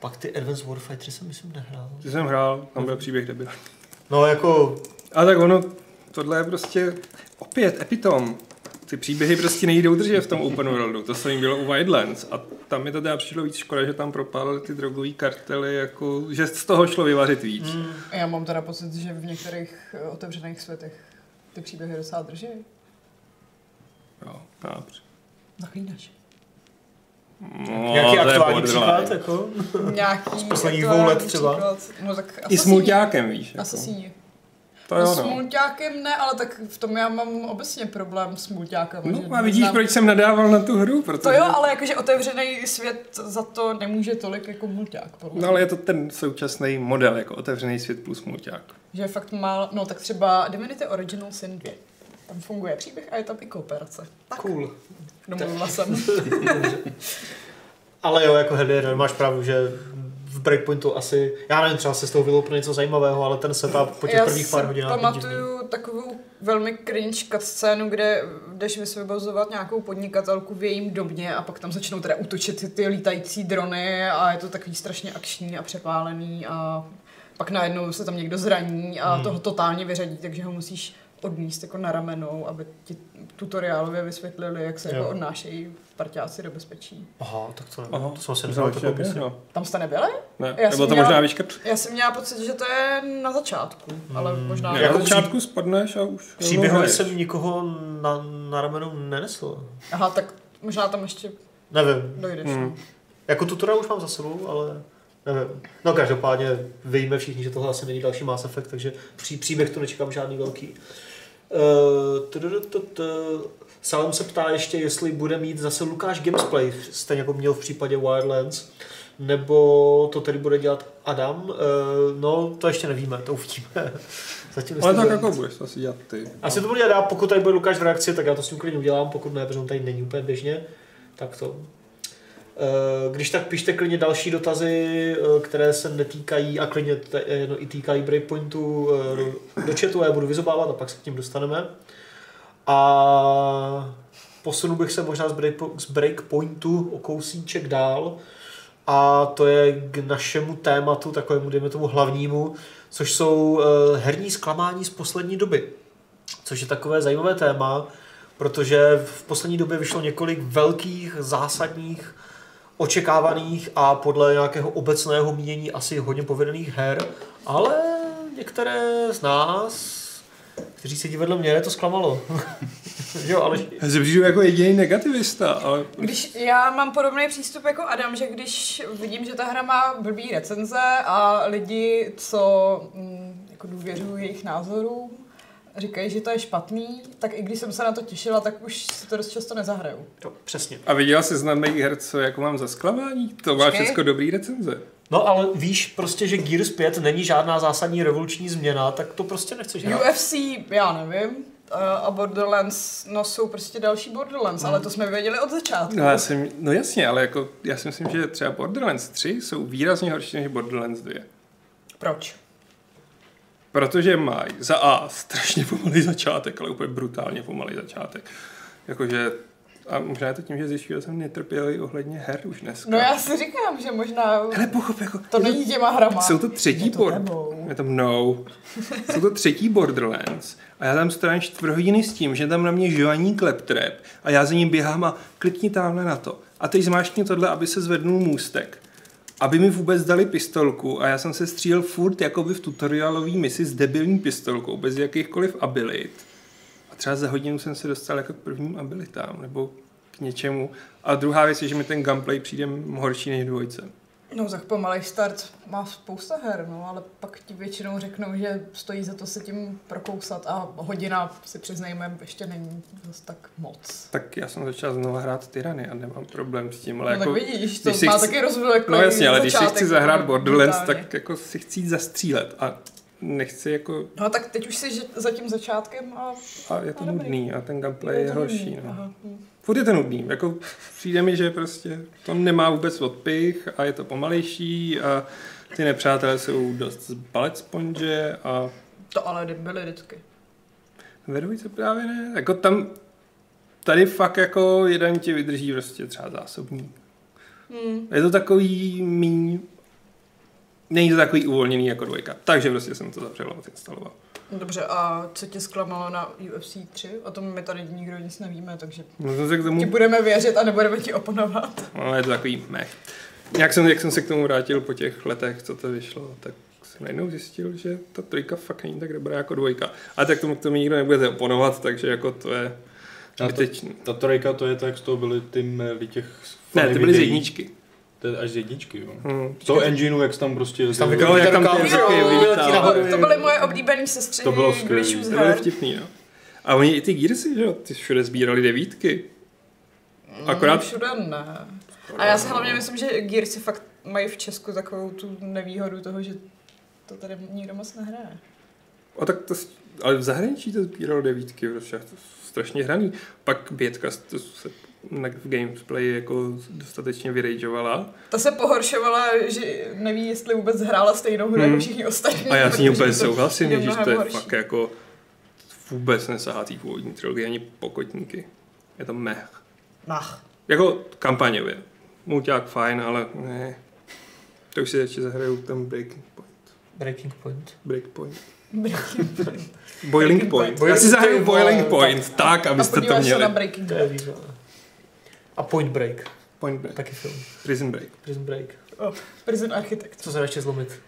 Pak ty Advanced Warfighter jsem myslím nehrál. Ty jsem hrál, tam byl příběh debil. No jako, A tak ono, tohle je prostě opět epitom. Ty příběhy prostě nejdou držet v tom open worldu, to samé bylo u Wildlands. A tam mi to teda přišlo víc škoda, že tam propálili ty drogové kartely, jako, že z toho šlo vyvařit víc. Mm. Já mám teda pocit, že v některých eh, otevřených světech ty příběhy docela drží. Jo, dobře. Zaklínač. No, nějaký to je aktuální borderline. příklad, jako. Nějaký Z posledních aktuální dvou let třeba. příklad. No tak I s mulťákem, víš. Jako. Asasíni. To No, jo, s no. mulťákem ne, ale tak v tom já mám obecně problém s mulťákem. No a vidíš, proč jsem nadával na tu hru, protože... To jo, ale jakože otevřený svět za to nemůže tolik jako mulťák, podle No ale je to ten současný model, jako otevřený svět plus mulťák. Že je fakt málo, no tak třeba Divinity Original Sin 2. Tam funguje příběh a je tam i kooperace. Tak, Cool. domluvila jsem. Ale jo, jako Helier, máš pravdu, že v Breakpointu asi, já nevím, třeba se z toho vyloupne něco zajímavého, ale ten setup po těch já prvních si pár hodinách byl divný. pamatuju takovou velmi cringe cutscénu, kde jdeš vysvobozovat nějakou podnikatelku v jejím domě a pak tam začnou teda útočit ty, ty lítající drony a je to takový strašně akční a přepálený a pak najednou se tam někdo zraní a hmm. toho totálně vyřadí, takže ho musíš odníst jako na ramenou, aby ti tutoriálově vysvětlili, jak se Jo. jako odnášejí parťáci do bezpečí. Aha, tak to nevím, Aha. to jsem asi Vzal neznal ještě, takovou písně. no. Tam jste nebyli? Ne, Já nebo jsem to měla- možná vyškrt. Já jsem měla pocit, že to je na začátku, No, ale možná... Na Jako začátku spadneš a už Příběhově rovnou jsem hraješ. nikoho na, na ramenu nenesl. Aha, tak možná tam ještě Nevím. dojdeš. Hmm. Hmm. Jako tutora už mám za sebou, ale nevím. No každopádně víme všichni, že tohle asi není další Mass Effect, takže pří, příběh tu nečekám žádný velký. Eh, tududududu. Salem se ptá ještě, jestli bude mít zase Lukáš Gamesplay, stejně jako měl v případě Wildlands, nebo to tedy bude dělat Adam. Eh, No, to ještě nevíme, to uvidíme. Zatím Ale jestli tak bude- jako budeš to asi dělat ty. Asi to budu dělat já, pokud tady bude Lukáš v reakci, tak já to s ním klidně udělám, pokud ne, protože on tady není úplně běžně, tak to. Eh, Když tak pište klidně další dotazy, eh, které se netýkají a klidně t- eh, no, i týkají breakpointu eh, do- do chatu, já je budu vyzobávat a pak se k tím dostaneme. A posunul bych se možná z, breakpo- z breakpointu o kousíček dál a to je k našemu tématu, takovému, dejme tomu hlavnímu, což jsou eh, herní zklamání z poslední doby což je takové zajímavé téma, protože v poslední době vyšlo několik velkých, zásadních, očekávaných a podle nějakého obecného mínění asi hodně povedených her, ale některé z nás, kteří sedí vedle mě, to zklamalo. jo, ale Já přijdu jako jediný negativista, ale Když já mám podobný přístup jako Adam, že když vidím, že ta hra má blbý recenze a lidi, co mm, jako důvěřují jejich názorům, říkají, že to je špatný, tak i když jsem se na to těšila, tak už si to dost často nezahraju. jo, přesně. a viděla jsi znám mých her, co jako mám za zklamání? To má Počkej. všechno dobrý recenze. No ale víš prostě, že Gears 5 není žádná zásadní revoluční změna, tak to prostě nechceš hrát. UFC, já nevím, a- a Borderlands, no jsou prostě další Borderlands, ale to jsme věděli od začátku. No, já jsem, no jasně, ale jako, já si myslím, že třeba Borderlands 3 jsou výrazně horší než Borderlands 2. Proč? Protože mají za A strašně pomalý začátek, ale úplně brutálně pomalý začátek. Jakože, a možná je to tím, že zjišťuju, že jsem netrpělý ohledně her už dneska. No já si říkám, že možná Hele, pochop, jako, to je není těma hrama. Jsou to třetí Je to bord. tebou. Je to mnou. Jsou to třetí Borderlands. A já tam strávím čtvrt hodiny s tím, že tam na mě žovaní kleptrep a já za ním běhám a klikni tamhle na to. A teď zmáškni tohle, aby se zvednul můstek. Aby mi vůbec dali pistolku a já jsem se střílel furt jakoby v tutorialové misi s debilní pistolkou, bez jakýchkoliv abilit. A třeba za hodinu jsem se dostal jako k prvním abilitám, nebo k něčemu. A druhá věc je, že mi ten gameplay přijde horší než dvojce. No tak pomalej start má spousta her, no, ale pak ti většinou řeknou, že stojí za to se tím prokousat a hodina, si přiznejme, ještě není zase tak moc. Tak já jsem začal znovu hrát Tyrany a nemám problém s tím, ale Ale no jako... tak vidíš, to když si má chci- taky jako rozvlek. no jasně, ale když si chci no, zahrát Borderlands, tak jako si chci jít zastřílet a nechci jako... No tak teď už jsi že- za tím začátkem a... A je to A no, dobrý. nudný a ten gameplay je to není. horší, no. Aha, hm. Furt je to nudný, jako přijde mi, že prostě to nemá vůbec odpich a je to pomalejší a ty nepřátelé jsou dost zbalet sponže a To ale byly vždycky. ve dvojce právě ne. Jako tam, tady fakt jako jeden ti vydrží prostě třeba zásobní. Hmm. Je to takový míň... Není to takový uvolněný jako dvojka. Takže prostě jsem to zapřel a odinstaloval. Dobře, a co tě zklamalo na UFC 3? O tom my tady nikdo nic nevíme, takže No jsem se k ti tomu... budeme věřit a nebudeme ti oponovat. No, je to takový mech. Jak jsem, jak jsem se k tomu vrátil po těch letech, co to vyšlo, tak jsem najednou zjistil, že ta trojka fakt není tak dobrá jako dvojka. A tak tomu k tomu nikdo nebudete oponovat, takže jako to je... Já to- zbytečný. Ta trojka to je tak, z toho byly ty mely těch... Ne, funny to byly z videí. jedničky. To je až z jedničky, jo. Hmm. Z toho engineu, jak jsi tam prostě... tam jezdil. vykrál- No, jak tam ty Jo, jazyky vyletí vylítá. nahoru. To, to byly moje oblíbené sestřihy. To bylo skvělý. Glitchů z To bylo her. vtipný, no. A oni i ty Gearsy, že jo, ty všude sbírali devítky. Akorát Mm, Všude ne. A já si hlavně myslím, že Gearsy fakt mají v Česku takovou tu nevýhodu toho, že to tady nikdo moc nehraje. A tak to, s- ale v zahraničí to sbíralo devítky, protože je to strašně hraný. Pak pětka s- to se na, v gameplay jako dostatečně vyrageovala. Ta se pohoršovala, že neví, jestli vůbec hrála stejnou hru Hmm. jako všichni ostatní. A já s ní protože úplně to souhlasím, je že mnohem to je horší. fakt jako vůbec nesahá té původní trilogie ani pokotníky. Je to mech. Nach. Jako kampaněvě. Mulťák fajn, ale ne. To už si ještě zahraju ten Breaking Point. Breaking point. Breakpoint. Breaking Boiling Point. Já si zahraju Boiling Point, tak, abyste to a podíváš se měli. na Breaking To Bad. je výzva. A Point Break, Point Break. taky film. Prison Break. Prison Break. Prison Architect. Co se dá ještě zlomit?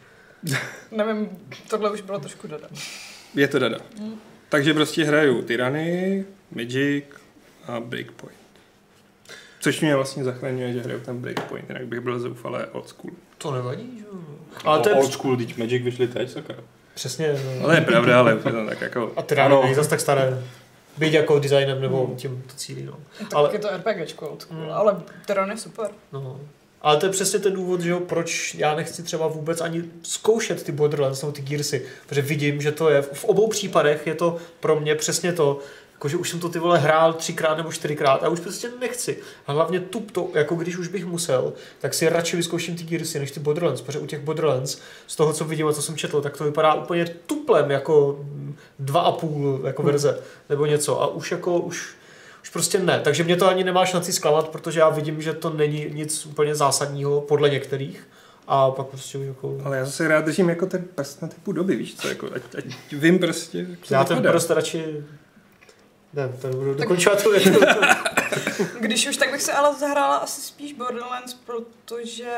Nevím, tohle už bylo trošku dodat. Je to dada. Mm. Takže prostě hraju Tyranny, Magic a Breakpoint. Což mě vlastně zachraňuje, že hraju tam Breakpoint, jinak bych byl zoufalé old school. To nevadí, že jo. Ale Ale to je Old school, teď Magic vyšli teď, sakra. přesně... no. Ale je pravda, ale je to tak jako... A teda Ano. není zas tak staré. Být jako designem nebo tím to cílí, no. Tak Ale- ale... je to RPGčko, old school, Mm. ale Terran je super. no. Ale to je přesně ten důvod, že jo, proč já nechci třeba vůbec ani zkoušet ty Borderlands nebo ty Gearsy, protože vidím, že to je, v obou případech je to pro mě přesně to, jakože už jsem to ty vole hrál třikrát nebo čtyřikrát a už prostě nechci. A hlavně tu, to, jako když už bych musel, tak si radši vyzkouším ty Gearsy než ty Borderlands, protože u těch Borderlands, z toho, co vidím a co jsem četl, tak to vypadá úplně tuplem jako mm, dva a půl jako verze nebo něco a už jako, už už prostě ne, takže mě to ani nemá šanci zklamat, protože já vidím, že to není nic úplně zásadního podle některých a pak prostě už jako... Ale já zase rád držím jako ten prst na typu doby, víš co, jako ať, ať vím prostě, jak to Já ten vypadá. prostě radši Ne, tady budu dokončovat tu větu. Když už, tak bych se ale zahrála asi spíš Borderlands, protože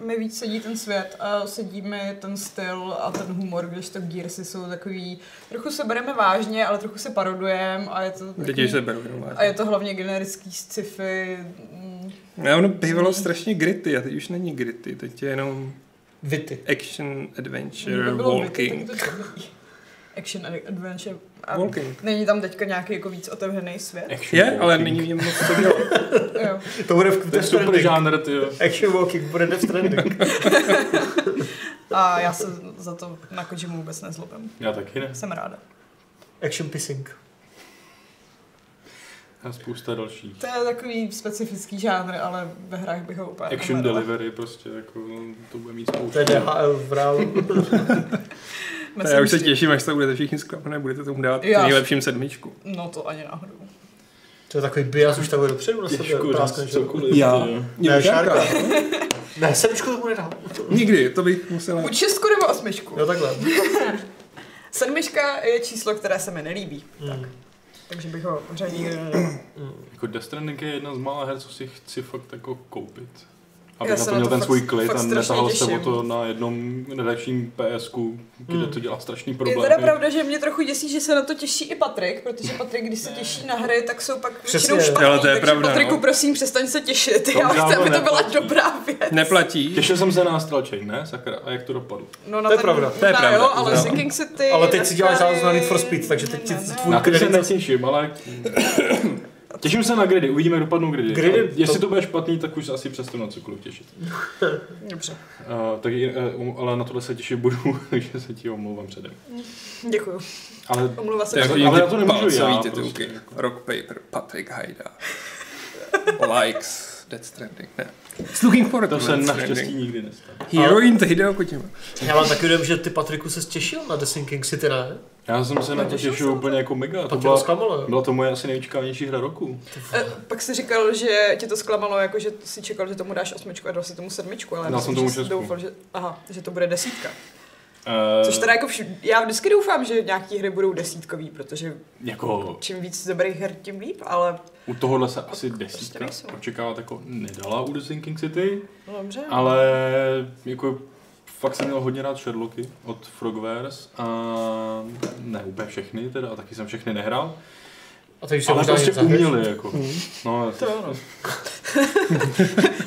mi víc sedí ten svět a sedí mi ten styl a ten humor, když to Gearsy jsou takový, trochu se bereme vážně, ale trochu se parodujeme a je to Děti takový, se berou jenom a je to hlavně generický sci-fi. mm, Ne, ono bývalo strašně gritty a teď už není gritty, teď je jenom Vity. action, kdyby adventure, bylo Witty, tak walking. je to dobrý. Action and adventure. A Walking. není tam teďka nějaký jako víc otevřený svět? Action Je, ale walking. není v něm moc co dělat. Jo. To bude v To je Death super Stranding. žánr, ty jo. Action Walking bude Death Stranding. A já se za to na Kojimu vůbec nezlobím. Já taky ne. Jsem ráda. Action Pissing. A spousta dalších. To je takový specifický žánr, ale ve hrách bych ho úplně Action nehledala. delivery prostě, jako no, to bude mít To je spoustu. DHL v reálu. Tak já už se Myslím si- těším, až to budete všichni zklapné, budete tomu dát Já. nejlepším sedmičku. No to ani náhodou. To je takový bias už takhle dopředu na sebe. Těžko práskne, říct že jo? cokoliv. Já. ty jo. Ne, šárka. Ne, sedmičku tomu nedám. Nikdy, to bych musela... Buď šestku nebo osmičku. Jo, takhle. Sedmička je číslo, které se mi nelíbí, Mm. takže bych ho řadí nikdy nedala. Jako Death Stranding je jedna z mála her, co si chci fakt jako koupit. Aby Já na se to na měl to ten fakt- svůj klid fakt a strašně netahal se o těším. to na jednom redakčním PSku, kde Mm. to dělá strašný Je problém. teda pravda, že mě trochu děsí, že se na to těší i Patrik, protože Patrik, když se těší na hry, tak jsou pak Přesně. většinou špatný. Ale to je takže pravda, Patriku, no. prosím, přestaň se těšit. To Já chci, dávno aby to byla neplatí. dobrá věc. Neplatí. Těšil jsem se na Astral Chain, ne? Sakra, a jak to dopadlo? No, na To je ten- pravda, to je na pravda. Jo, ale No. no. King City... Ale teď si děláš Atari- záležitost na Need for Speed, takže teď ti Ne, ne, tvůj- Na to se Kredit- netěším, ale... Těším se na gridy, uvidíme, jak dopadnou gridy. Gridy, A Jestli to- to bude špatný, tak už se asi přestanu na cokoliv těšit. ne. Dobře, Uh, tak, uh, ale na tohle se těšit budu, takže se ti omlouvám předem. děkuju. Ale Omluva se. To je jako- hodně ale ty já to nemůžu palcový já, titulky. prostě, jako. Rock Paper, Patrick Hajda. Likes, Death Stranding, ne. It's for to se naštěstí nikdy nestane. Heroin, to jako Hideo Kojima. Já mám taky dojem, že ty Patriku se těšil na The Sinking City, ne? Já jsem se na to Těšil těšil jsem úplně jako mega. To To tě bylo byla, zklamalo. byla to moje asi nejočekávanější hra roku. Eh, Pak jsi říkal, že tě to zklamalo, jako že si čekal, že tomu dáš osmičku a dal si tomu sedmičku, ale Dal jsem tomu že jsi šestku. doufal, že, aha, že to bude desítka. Uh, Což teda jako všu, já vždycky doufám, že nějaký hry budou desítkový, protože Jako čím víc dobrých her, tím líp, ale u tohohle se asi prostě desítka nejsou. očekávat jako nedala u The Sinking City, no dobře. ale jako fakt jsem měl hodně rád Sherlocky od Frogwares a ne úplně všechny teda, a taky jsem všechny nehrál, A teď už se ale možná prostě něco zahraješ. uměli jako. No, To jo, no.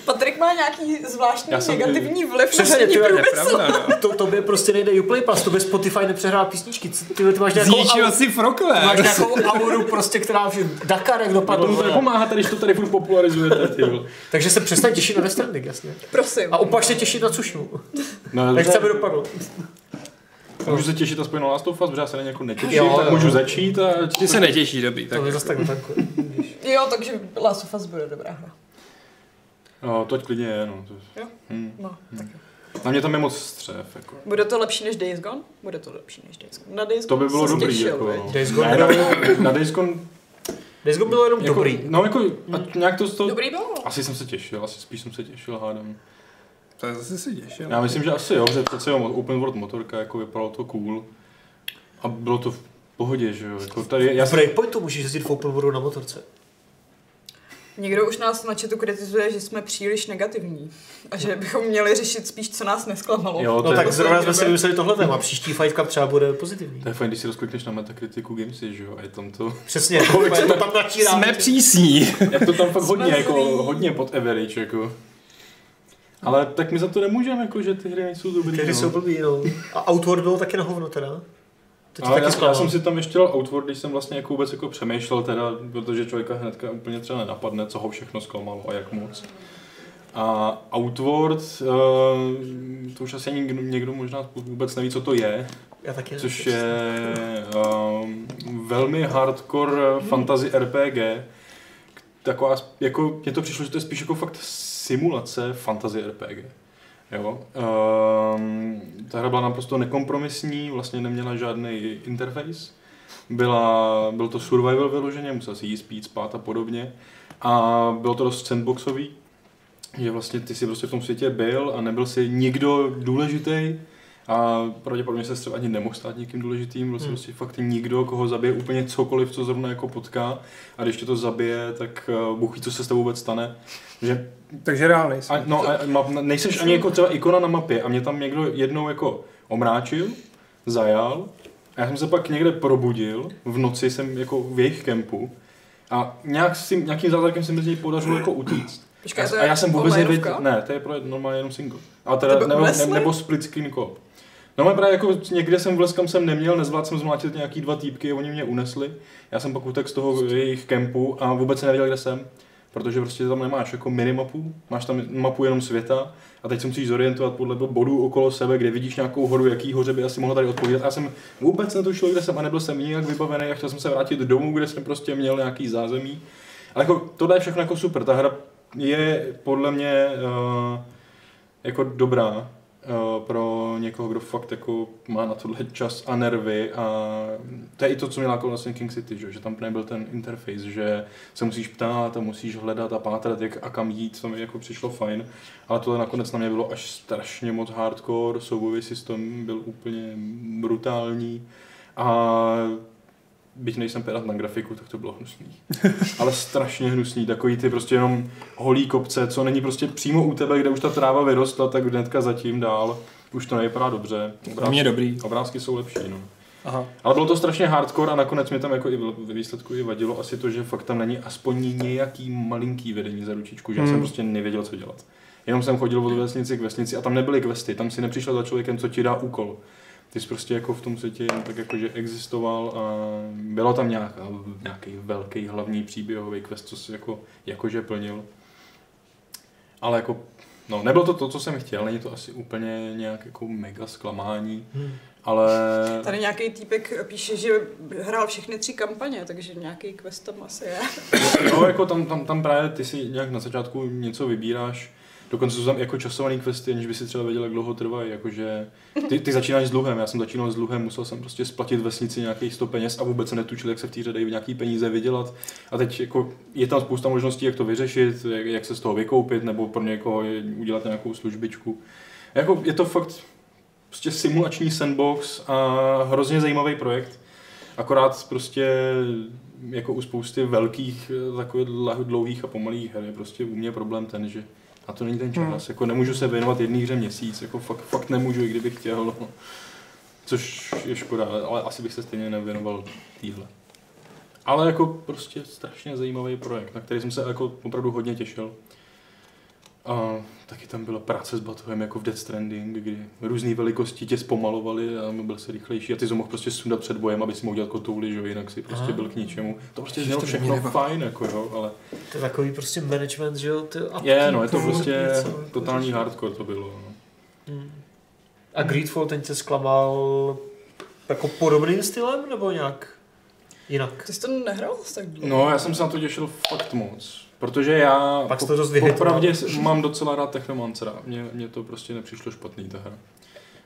Patrik má nějaký zvláštní Já jsem- negativní vliv na Přesně, herní to je průmysl. no. To tobě prostě nejde Uplay Pass, tobě Spotify nepřehrá písničky. Co- Ty, ty máš nějakou, Zničil au, si ty máš Frogware. nějakou auru prostě, která v Dakar jak Padlo dopadl. tomu to vole. nepomáhá tady, když to tady furt popularizujete, ty jo. Takže se přestaň těšit na Death Stranding, jasně. Prosím. A opak se těšit na Cušu. No, Jak dobře. se by dopadlo? Můžu se těšit aspoň na Last of Us, protože já se na ně jako netěším, Jo, tak jo. můžu začít a... Ti se netěší, dobrý. Tak jako- jako- To je zase tak tankuje. Jo, takže Last of Us bude dobrá hra. No, to ať klidně je, no. To... Jo. Hmm. No, tak jo. Na mě tam je moc střev, jako. Bude to lepší než Days Gone? Bude to lepší než Days Gone. Na Days To Gone by bylo se dobrý, těšil, jako. viď? no. Days Gone Ne, bylo- na- Na Days Gone, Days Gone bylo jenom jako, dobrý. No, jako, ať nějak to... to... Dobrý bylo. Asi jsem se těšil, asi spíš jsem se těšil, hádám. to zase si těšil. Já myslím, že asi jo, že přece jo, open world motorka, jako vypadalo to cool. A bylo to v pohodě, že jo, jako tady, já Já v jsem... Breakpointu můžeš jezdit v open worldu na motorce. Někdo už nás na chatu kritizuje, že jsme příliš negativní a že bychom měli řešit spíš, co nás nesklamalo. No. Jo, to No je, tak poslední zrovna jsme době. si vymysleli tohle téma. Příští Fight Cup třeba bude pozitivní. to je fajn, když si rozklikneš na metakritiku Gamesy, že jo, a je tam to... Přesně, kolik se to tam natírá. Jsme přísní. Je to tam fakt hodně, Jsme jako, zlí. hodně pod average, jako. Ale tak my za to nemůžeme, jako, že ty hry nejsou dobrý. Ty hry no. jsou blbý, no. A Outward bylo taky na hovno teda. To ti taky Ale já, já, jsem zklamalo. si tam ještě dal Outward, když jsem vlastně jako vůbec jako přemýšlel teda, protože člověka hnedka úplně třeba nenapadne, co ho všechno zklamalo a jak moc. A Outward, eh, to už asi někdo, někdo možná vůbec neví, co to je, Já taky no. ne. což je um, velmi hardcore eh, Hmm. fantasy RPG. Taková, sp- jako, mně to přišlo, že to je spíš jako fakt simulace fantasy RPG. Jo. Um, ta hra byla naprosto nekompromisní, vlastně neměla žádný interface. Byla, byl to survival vyloženě, musel si jíst, pít, spát a podobně. A bylo to dost sandboxový, že vlastně ty si prostě v tom světě byl a nebyl si nikdo důležitý A pravděpodobně se třeba ani nemohl stát někým důležitým, byl hmm. prostě fakt nikdo, koho zabije úplně cokoliv, co zrovna jako potká. A když tě to zabije, tak uh, Bůh ví, co se s tebou vůbec stane. Že, Takže reálný jsem. a, no, a, ma, nejseš ani jako třeba ikona na mapě. A mě tam někdo jednou jako omráčil, zajal. A já jsem se pak někde probudil, v noci jsem jako v jejich kempu. A nějak s tím, nějakým zázrakem se mi z něj podařilo jako utíct. Počkej, A- to je a já jsem vůbec onlineovka? nevěděl, ne, to je pro normálně jenom single. A teda, Tebe nebo, ne, ulesli? nebo split screen co No ale právě jako někde jsem vlez, kam jsem neměl, nezvládl jsem zmlátit nějaký dva týpky, oni mě unesli. Já jsem pak utekl z toho jejich kempu a vůbec jsem nevěděl, kde jsem. Protože prostě tam nemáš jako minimapu, máš tam mapu jenom světa a teď se musíš zorientovat podle bodů okolo sebe, kde vidíš nějakou horu, jaký hoře by asi mohla tady odpovídat. A já jsem vůbec netušil, kde jsem a nebyl jsem nijak vybavený a chtěl jsem se vrátit domů, kde jsem prostě měl nějaký zázemí. Ale jako, tohle je všechno jako super, ta hra je podle mě uh, jako dobrá uh, pro někoho, kdo fakt jako má na tohle čas a nervy a to je i to, co měla jako vlastně King City, že? že tam nebyl ten interface, že se musíš ptát a musíš hledat a pátrat jak a kam jít, to mi jako přišlo fajn, ale tohle nakonec na mě bylo až strašně moc hardcore, soubojový systém byl úplně brutální a byť nejsem pedant na grafiku, tak to bylo hnusný. Ale strašně hnusný, takový ty prostě jenom holý kopce, co není prostě přímo u tebe, kde už ta tráva vyrostla, tak hnedka zatím dál. Už to nevypadá dobře. Pro mě dobrý. obrázky jsou lepší, no. Aha. Ale bylo to strašně hardcore a nakonec mi tam jako i ve výsledku i vadilo asi to, že fakt tam není aspoň nějaký malinký vedení za ručičku, že já jsem Hmm. prostě nevěděl, co dělat. Jenom jsem chodil od vesnici k vesnici a tam nebyly questy, tam si nepřišel za člověkem, co ti dá úkol. Ty jsi prostě jako v tom světě jen tak jako, že existoval a bylo tam nějaká, nějaký velký hlavní příběhový quest, co jsi jako, jakože plnil. Ale jako, no nebylo to to, co jsem chtěl, není to asi úplně nějak jako mega zklamání, Hmm. ale... Tady nějaký týpek píše, že hrál všechny tři kampaně, takže nějaký quest tam asi je. No, jako tam, tam, tam právě ty si nějak na začátku něco vybíráš, dokonce jsou tam jako časované questy, aniž by si třeba věděl, jak dlouho trvají, jakože ty, ty začínáš s dluhem, já jsem začínal s dluhem, musel jsem prostě splatit vesnici nějakých 100 peněz a vůbec jsem netučil, jak se v té hře dají nějaký peníze vydělat a teď jako je tam spousta možností, jak to vyřešit, jak, jak se z toho vykoupit nebo pro někoho je, udělat nějakou službičku. Jako je to fakt prostě simulační sandbox a hrozně zajímavý projekt. Akorát prostě jako u spousty velkých eh, takových dlah- dlouhých a pomalých her je prostě u mě problém ten, že na to není ten čas. Jako nemůžu se věnovat jedné hře měsíc, jako fakt, fakt nemůžu, i kdybych chtěl. No. Což je škoda, ale asi bych se stejně nevěnoval týhle. Ale jako prostě strašně zajímavý projekt, na který jsem se jako opravdu hodně těšil. A taky tam byla práce s batohem jako v Death Stranding, kdy různé velikosti tě zpomalovaly a byl se rychlejší a ty jsi ho mohl prostě sundat před bojem, aby si mohl dělat kotouly, že jo, jinak si prostě Aha. byl k ničemu. To prostě Ježiš, znělo to mě všechno nebaví. fajn, jako jo, ale To je takový prostě management, že jo? Ty upkeep, je, no, je to no, prostě něco, totální něco. hardcore to bylo. No. Hmm. A Greedfall ten tě zklamal jako podobným stylem, nebo nějak jinak? Ty jsi to nehrál zas tak dlouho? No, já jsem se na to těšil fakt moc, protože já Pak jsi po- to no. dost vyhejtoval. popravdě s- mám docela rád Technomancera, mně, mně to prostě nepřišlo špatný ta hra.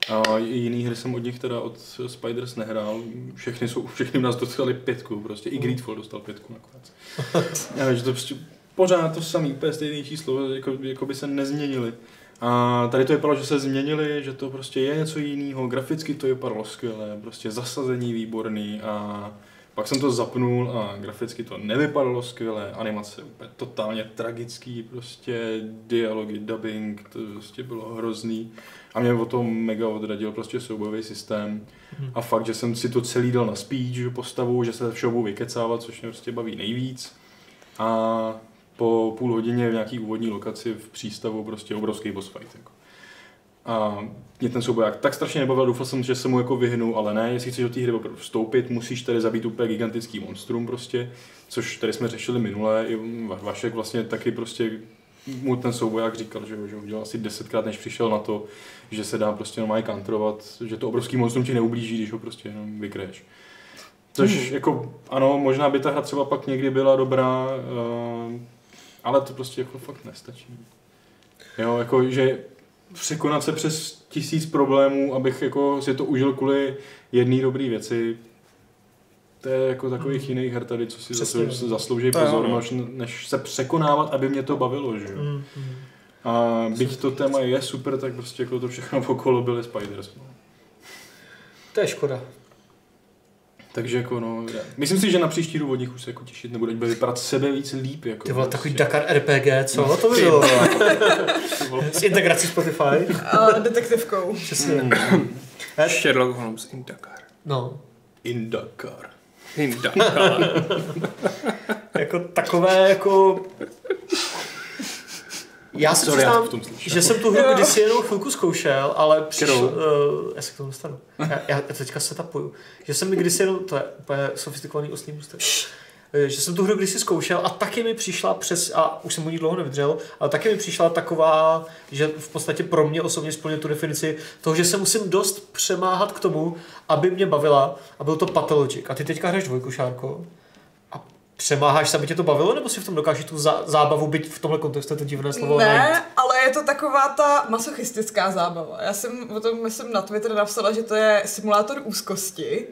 A i jiný hry jsem od nich teda od Spiders nehrál, všechny, jsou, všechny v nás dostali pětku prostě, i Greedfall dostal pětku nakonec. já, že to prostě pořád to samý, úplně stejné číslo, jako, jako by se nezměnili. A tady to vypadalo, že se změnili, že to prostě je něco jiného, graficky to vypadalo skvěle, prostě zasazení výborný a pak jsem to zapnul a graficky to nevypadalo skvěle, animace úplně totálně tragický, prostě dialogy, dubbing, to prostě bylo hrozný. A mě o tom mega odradil prostě soubojový systém. Mhm. A fakt, že jsem si to celý dal na speech, že postavu, že se ze všeho budu vykecávat, což mě prostě baví nejvíc. A po půl hodině v nějaký úvodní lokaci v přístavu prostě obrovský boss fight. Jako. A mě ten souboják tak strašně nebavil, doufal jsem, že se mu jako vyhnu, ale ne, jestli chceš do té hry opravdu vstoupit, musíš tady zabít úplně gigantický monstrum prostě, což tady jsme řešili minule, i Va- Vašek vlastně taky prostě mu ten souboják říkal, že, ho- že ho udělal asi desetkrát, než přišel na to, že se dá prostě normálně kantrovat, že to obrovský monstrum ti neublíží, když ho prostě jenom vykreješ. Což hmm. jako, ano, možná by ta hra třeba pak někdy byla dobrá, eh, ale to prostě jako fakt nestačí. Jo, jako, že překonat se přes tisíc problémů, abych jako si to užil kvůli jedné dobré věci, to je jako takových Mhm. jiných her tady, co si Přesně. zaslouží, zaslouží To jo, no. pozornost, než se překonávat, aby mě to bavilo, že jo. Hmm. hmm. A byť to téma je super, tak prostě jako to všechno okolo byly Spiders. No. To je škoda. Takže jako no, já- myslím si, že na příští rok od nich už se jako těšit nebude, ať bude vypadat sebe víc líp. Jako, Ty vole, takový prostě. Dakar RPG, co? No, To by bylo. S integrací Spotify. A detektivkou. Přesně. Sherlock Holmes in Dakar. No. Indakar. In Dakar. Jako takové, jako... Já se Sorry, já přiznám, v tom slyším. že jsem tu hru Jo. kdysi jenom chvilku zkoušel, ale přišel... Kterou? Uh, já se k tomu dostanu. Já, já teďka se tapuju. Že jsem mi kdysi jenom... To je úplně sofistikovaný oslý můstek. Eh, že jsem tu hru kdysi zkoušel a taky mi přišla přes, a už jsem u ní dlouho nevydřel, ale taky mi přišla taková, že v podstatě pro mě osobně splně tu definici toho, že se musím dost přemáhat k tomu, aby mě bavila a byl to Pathologic. A ty teďka hraješ dvojku, Šárko, a přemáháš se, aby tě to bavilo, nebo si v tom dokážeš tu zá- zábavu, byť v tomhle kontextu je to divné slovo najít? Ne, ale je to taková ta masochistická zábava. Já jsem o tom, myslím, na Twitter napsala, že to je simulátor úzkosti.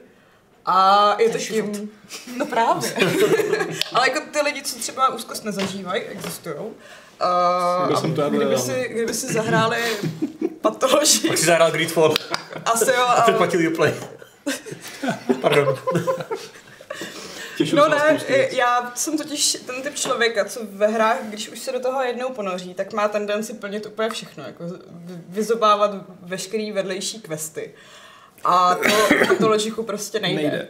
A je To to, je tím... No právě. ale jako ty lidi, co třeba úzkost nezažívají, existují. Byl Uh, jsem to já kdyby, nedávno. si, kdyby si zahráli patoloži, Pak si zahrál Greedfall asi jo, a ale... předplatil Uplay. Pardon. Těšil No jsem se na ne, spoustu i- věcí. já jsem totiž ten typ člověka, co ve hrách, když už se do toho jednou ponoří, tak má tendenci plnit úplně všechno, jako z- vy- vyzobávat veškerý vedlejší questy. A to, to logiku prostě nejde. Nejde.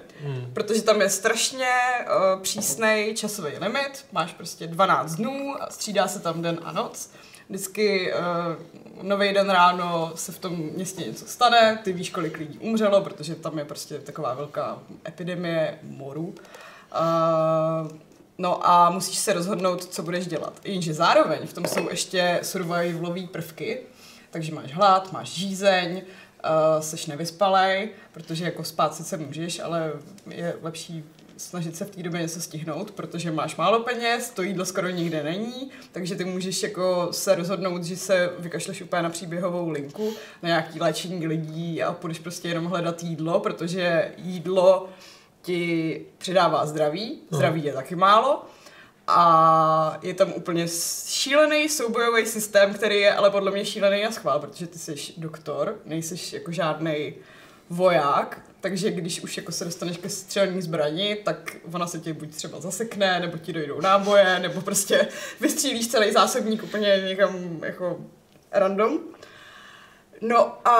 Protože tam je strašně uh, přísný časový limit, máš prostě 12 dnů, a střídá se tam den a noc. Vždycky uh, nový den ráno se v tom městě něco stane, ty víš, kolik lidí umřelo, protože tam je prostě taková velká epidemie moru. Uh, no a musíš se rozhodnout, co budeš dělat. Jenže zároveň v tom jsou ještě survivalové prvky, takže máš hlad, máš žízeň, uh, seš nevyspalej, protože jako spát sice můžeš, ale je lepší snažit se v té době něco stihnout, protože máš málo peněz, to jídlo skoro nikde není, takže ty můžeš jako se rozhodnout, že se vykašleš úplně na příběhovou linku, na nějaký léčení lidí a půjdeš prostě jenom hledat jídlo, protože jídlo ti přidává zdraví, zdraví je taky málo a je tam úplně šílený soubojový systém, který je ale podle mě šílený a schvál, protože ty jsi doktor, nejsi jako žádný voják, takže když už jako se dostaneš ke střelní zbrani, tak ona se ti buď třeba zasekne, nebo ti dojdou náboje, nebo prostě vystřílíš celý zásobník úplně někam jako random. No a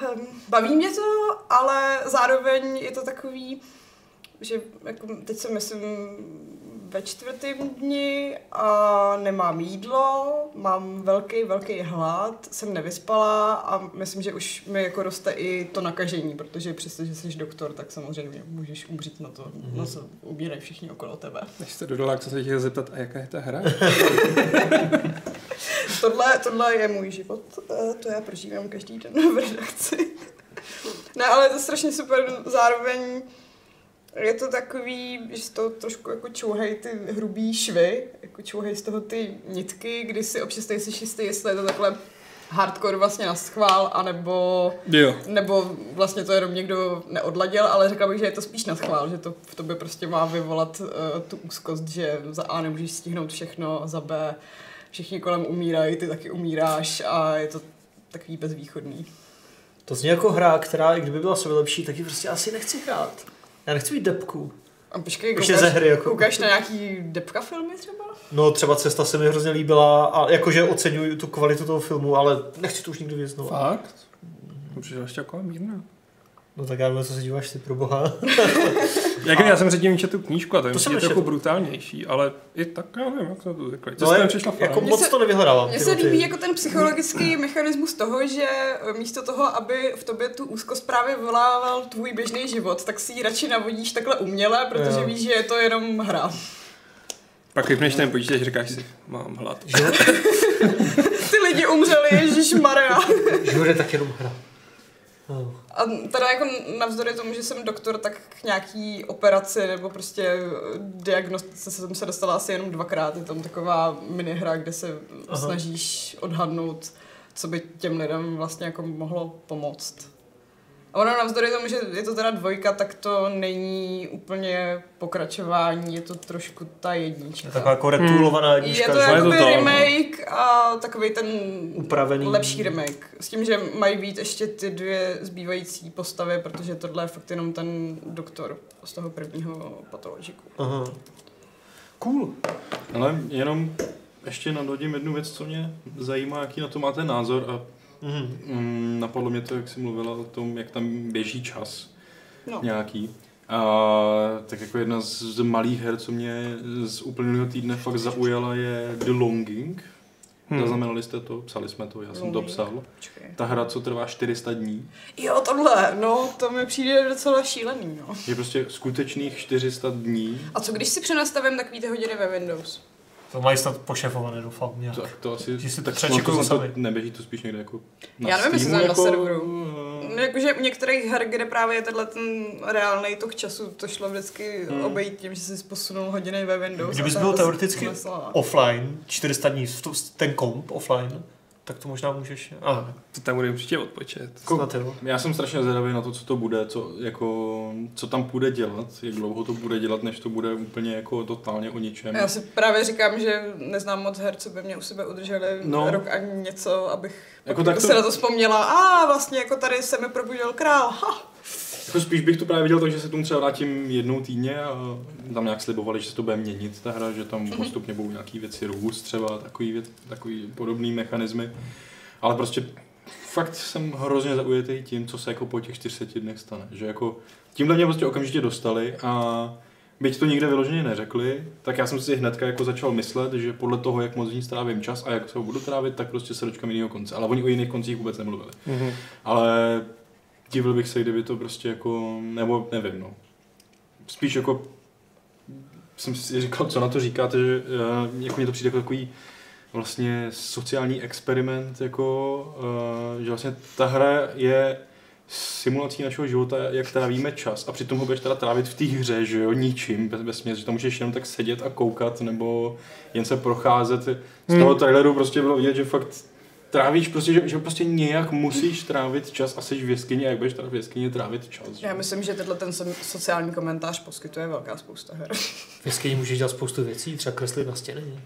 hm, baví mě to, ale zároveň je to takový, že jako teď jsem myslím ve čtvrtém dni a nemám jídlo, mám velký, velký hlad, jsem nevyspala a myslím, že už mi jako roste i to nakažení, protože přestože jsi doktor, tak samozřejmě můžeš umřít na to, mm-hmm. na co umírají všichni okolo tebe. Než jste dodala, jak jsem se chtěl zeptat, a jaká je ta hra? Tohle, tohle je můj život, eh, to já prožívám každý den v redakci. Ne, ale je to strašně super, zároveň je to takový, že z toho trošku jako čouhají ty hrubý švy, jako čouhají z toho ty nitky, kdy si občas nejsi jistý, jestli je to takhle hardcore vlastně na schvál, anebo jo. nebo vlastně to jenom někdo neodladil, ale řekla bych, že je to spíš na schvál, že to v tobě prostě má vyvolat uh, tu úzkost, že za A nemůžeš stihnout všechno, za B všichni kolem umírají, ty taky umíráš a je to takový bezvýchodný. To zní jako hra, která, i kdyby byla sobě lepší, tak ji prostě asi nechci hrát. Já nechci být depku. A počkej, Už je ze hry, jako. koukáš na nějaký depka filmy třeba? No třeba Cesta se mi hrozně líbila, a jakože oceňuji tu kvalitu toho filmu, ale nechci to už nikdy vidět znovu. Fakt? To přišla ještě taková mírná. No tak já nevím, co se díváš ty pro boha. Jak já jsem předtím četl tu knížku a to je To jsem to nečetl. jako brutálnější, ale i tak, já nevím, jak to to řekli. Co No, jste je- tam přišla fajn? jako Mně moc se- to nevyhledávám. Mně ty se noty. líbí jako ten psychologický mechanismus toho, že eh, místo toho, aby v tobě tu úzkost právě volával tvůj běžný život, tak si ji radši navodíš takhle uměle, protože Jo. víš, že je to jenom hra. Pak vypneš ten počítač, říkáš si, mám hlad. Že, Ty lidi umřeli, Ježíš Maria. že bude tak jenom hra. No. A teda jako navzdory tomu, že jsem doktor, tak k nějaký operaci nebo prostě diagnostice jsem se dostala asi jenom dvakrát. Je tam taková minihra, kde se Aha. Aha. snažíš odhadnout, co by těm lidem vlastně jako mohlo pomoct. Ono navzdory tomu, že je to teda dvojka, tak to není úplně pokračování, je to trošku ta jednička. Je taková jako retulovaná Je jednička, to že? jakoby to to, no. remake a takový ten Upravený. lepší remake. S tím, že mají být ještě ty dvě zbývající postavy, protože tohle je fakt jenom ten doktor z toho prvního patologiku. Aha. Cool. Ale jenom ještě nadhodím jednu věc, co mě zajímá, jaký na to máte názor a Mhm. mm, napadlo mě to, jak jsi mluvila o tom, jak tam běží čas No. nějaký. A tak jako jedna z, z malých her, co mě z uplynulého týdne fakt zaujala, je The Longing. Hmm. Hmm. Zaznamenali jste to, psali jsme to, já jsem to Longing. psal. Počkej. Ta hra, co trvá 400 dní, Jo, tohle, no, to mi přijde docela šílený, no. je prostě skutečných 400 dní. A co když si přenastavím takový ty hodiny ve Windows? To mají snad pošefované, doufám. Nějak. Tak to asi... Že si to tak přečekuju to, to sami. neběží to spíš někde jako na Já nevím, jestli Steamu to je na jako, serveru. Hmm. eh, No, Jakože u některých her, kde právě je tenhle ten reálný tok času, to šlo vždycky Hmm. hmm. obejít tím, že jsi posunul hodiny ve Windows. Kdybys a ta byl hra se teoreticky poklesla. Offline, 400 dní, v to- ten komp offline, tak to možná můžeš... Aha, To tam bude určitě odpočet. Jako- snad jo. Já jsem strašně zvědavý na to, co to bude, co, jako, co tam půjde dělat, jak dlouho to bude dělat, než to bude úplně jako totálně o ničem. Já si právě říkám, že neznám moc her, co by mě u sebe udrželi No. no. rok a něco, abych Jako jako tak tak to- se na to vzpomněla. A vlastně jako tady se mi probudil král. Ha. Jako spíš bych to právě viděl, takže se tomu třeba vrátím jednou týdně a tam nějak slibovali, že se to bude měnit ta hra, že tam postupně budou nějaké věci růst třeba, takový, věc, takový podobný mechanismy. Ale prostě fakt jsem hrozně zaujatý tím, co se jako po těch 40 dnech stane. Že jako tímhle mě prostě okamžitě dostali a byť to nikde vyloženě neřekli, tak já jsem si hnedka jako začal myslet, že podle toho, jak moc v ní strávím čas a jak se ho budu trávit, tak prostě se dočkám jiného konce. Ale oni o jiných koncích vůbec nemluvili. Mhm. Ale divil bych se, kdyby to prostě jako, nebo nevím, no. Spíš jako jsem si říkal, co na to říkáte, že eh, jako mně to přijde jako takový vlastně sociální experiment, jako, eh, že vlastně ta hra je simulací našeho života, jak trávíme čas a přitom ho budeš teda trávit v té hře, že jo, ničím, bez, bez že tam můžeš jenom tak sedět a koukat nebo jen se procházet. Z toho traileru prostě bylo vidět, že fakt trávíš prostě, že, že prostě nějak musíš trávit čas a jsi v jeskyni a jak budeš teda v jeskyni trávit čas. že Já jo. myslím, že tenhle ten sem- sociální komentář poskytuje velká spousta her. V jeskyni můžeš dělat spoustu věcí, třeba kreslit na stěny. ne?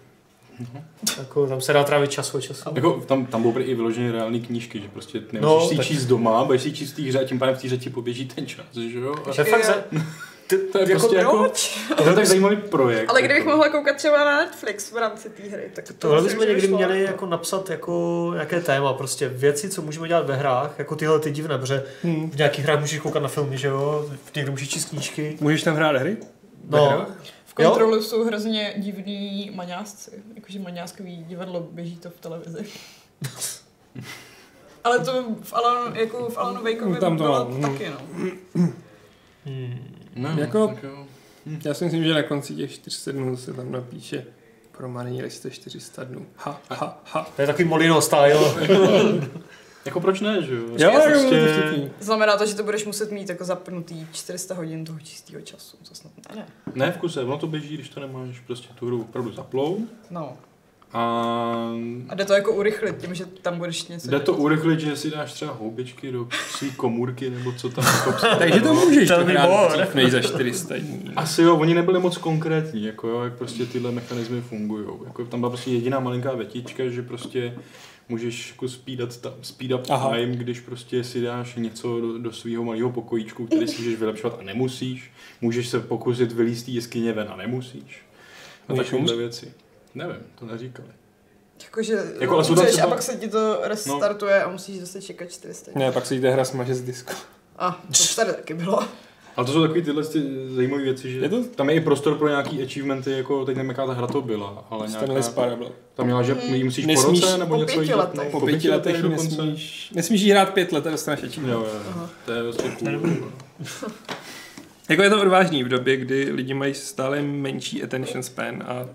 No. Jako, tam se dá trávit čas od času. Jako, tam, tam budou prý i vyloženě reální knížky, že prostě nemusíš No, si tak- číst doma, budeš si číst v té hře a tím pádem v té hře ti poběží ten čas, že jo? A To je Jako, fakt za... Ty, to je prostě jako, Proč? to je tak zajímavý projekt. Ale kdybych jako. mohla koukat třeba na Netflix v rámci té hry, tak to prostě- Tohle myslím, bychom že by někdy šlo. měli jako napsat jako nějaké téma, prostě věci, co můžeme dělat ve hrách, jako tyhle ty divné, protože Hmm. v nějakých hrách můžeš koukat na filmy, že jo, někdo může číst knížky. Můžeš tam hrát hry? Ve No, hrách? V Jo? kontrolu jsou hrozně divní maňásci. Jakože maňáskový divadlo běží to v televizi. Ale to v Alanu, jako v Alanu Tam Wakeovi tam to to bylo mám, hm. taky, no. No, Jako- tak jo. Já si myslím, že na konci těch 400 dnů se tam napíše promarnili jste 400 dnů. Ha, ha, ha. to je takový Molino style. Jako proč ne, že jo? Jo, Prostě- jo, to je vtipný. Znamená to, že to budeš muset mít jako zapnutý 400 hodin toho čistého času, co snad ne. ne. Ne v kuse, ono to běží, když to nemáš prostě tu hru opravdu zaplou. No. A A jde to jako urychlit tím, že tam budeš něco jde to dělat. urychlit, že si dáš třeba houbičky do svý komůrky nebo co tam. jako Takže to můžeš Tell to me hrát more. dřív než za 400 dní. Asi jo, oni nebyli moc konkrétní, jako jo, jak prostě tyhle mechanismy fungují. Jako, tam byla prostě jediná malinká větička, že prostě můžeš jako speedat ta, speed up Aha. time, když prostě si dáš něco do, do svého malého pokojíčku, který si můžeš vylepšovat a nemusíš. Můžeš se pokusit vylíst z té jeskyně ven a nemusíš. A Můžeš takovéhle věci. Nevím, to neříkali. Jakože Jako, ale jsou jako, tam umřeš třeba- a pak se ti to restartuje a musíš zase čekat 400 dní. Ne, pak se jde hra smaže z disku. A to už tady taky bylo. Ale to jsou takové tyhle ty zajímavé věci, že Je to- tam je i prostor pro nějaké achievementy, jako teď nevím, jaká ta hra to byla, ale Stanley nějaká, Sparable. tam měla, že jí musíš po Nesmíš- roce nebo Mm-hmm. po něco pěti jít- letech. no, Po pěti letech dokonce. nesmíš, nesmíš jí hrát pět let a dostaneš achievement. Jo, jo, jo. To je prostě cool. no. Jako je to odvážný v době, kdy lidi mají stále menší attention span a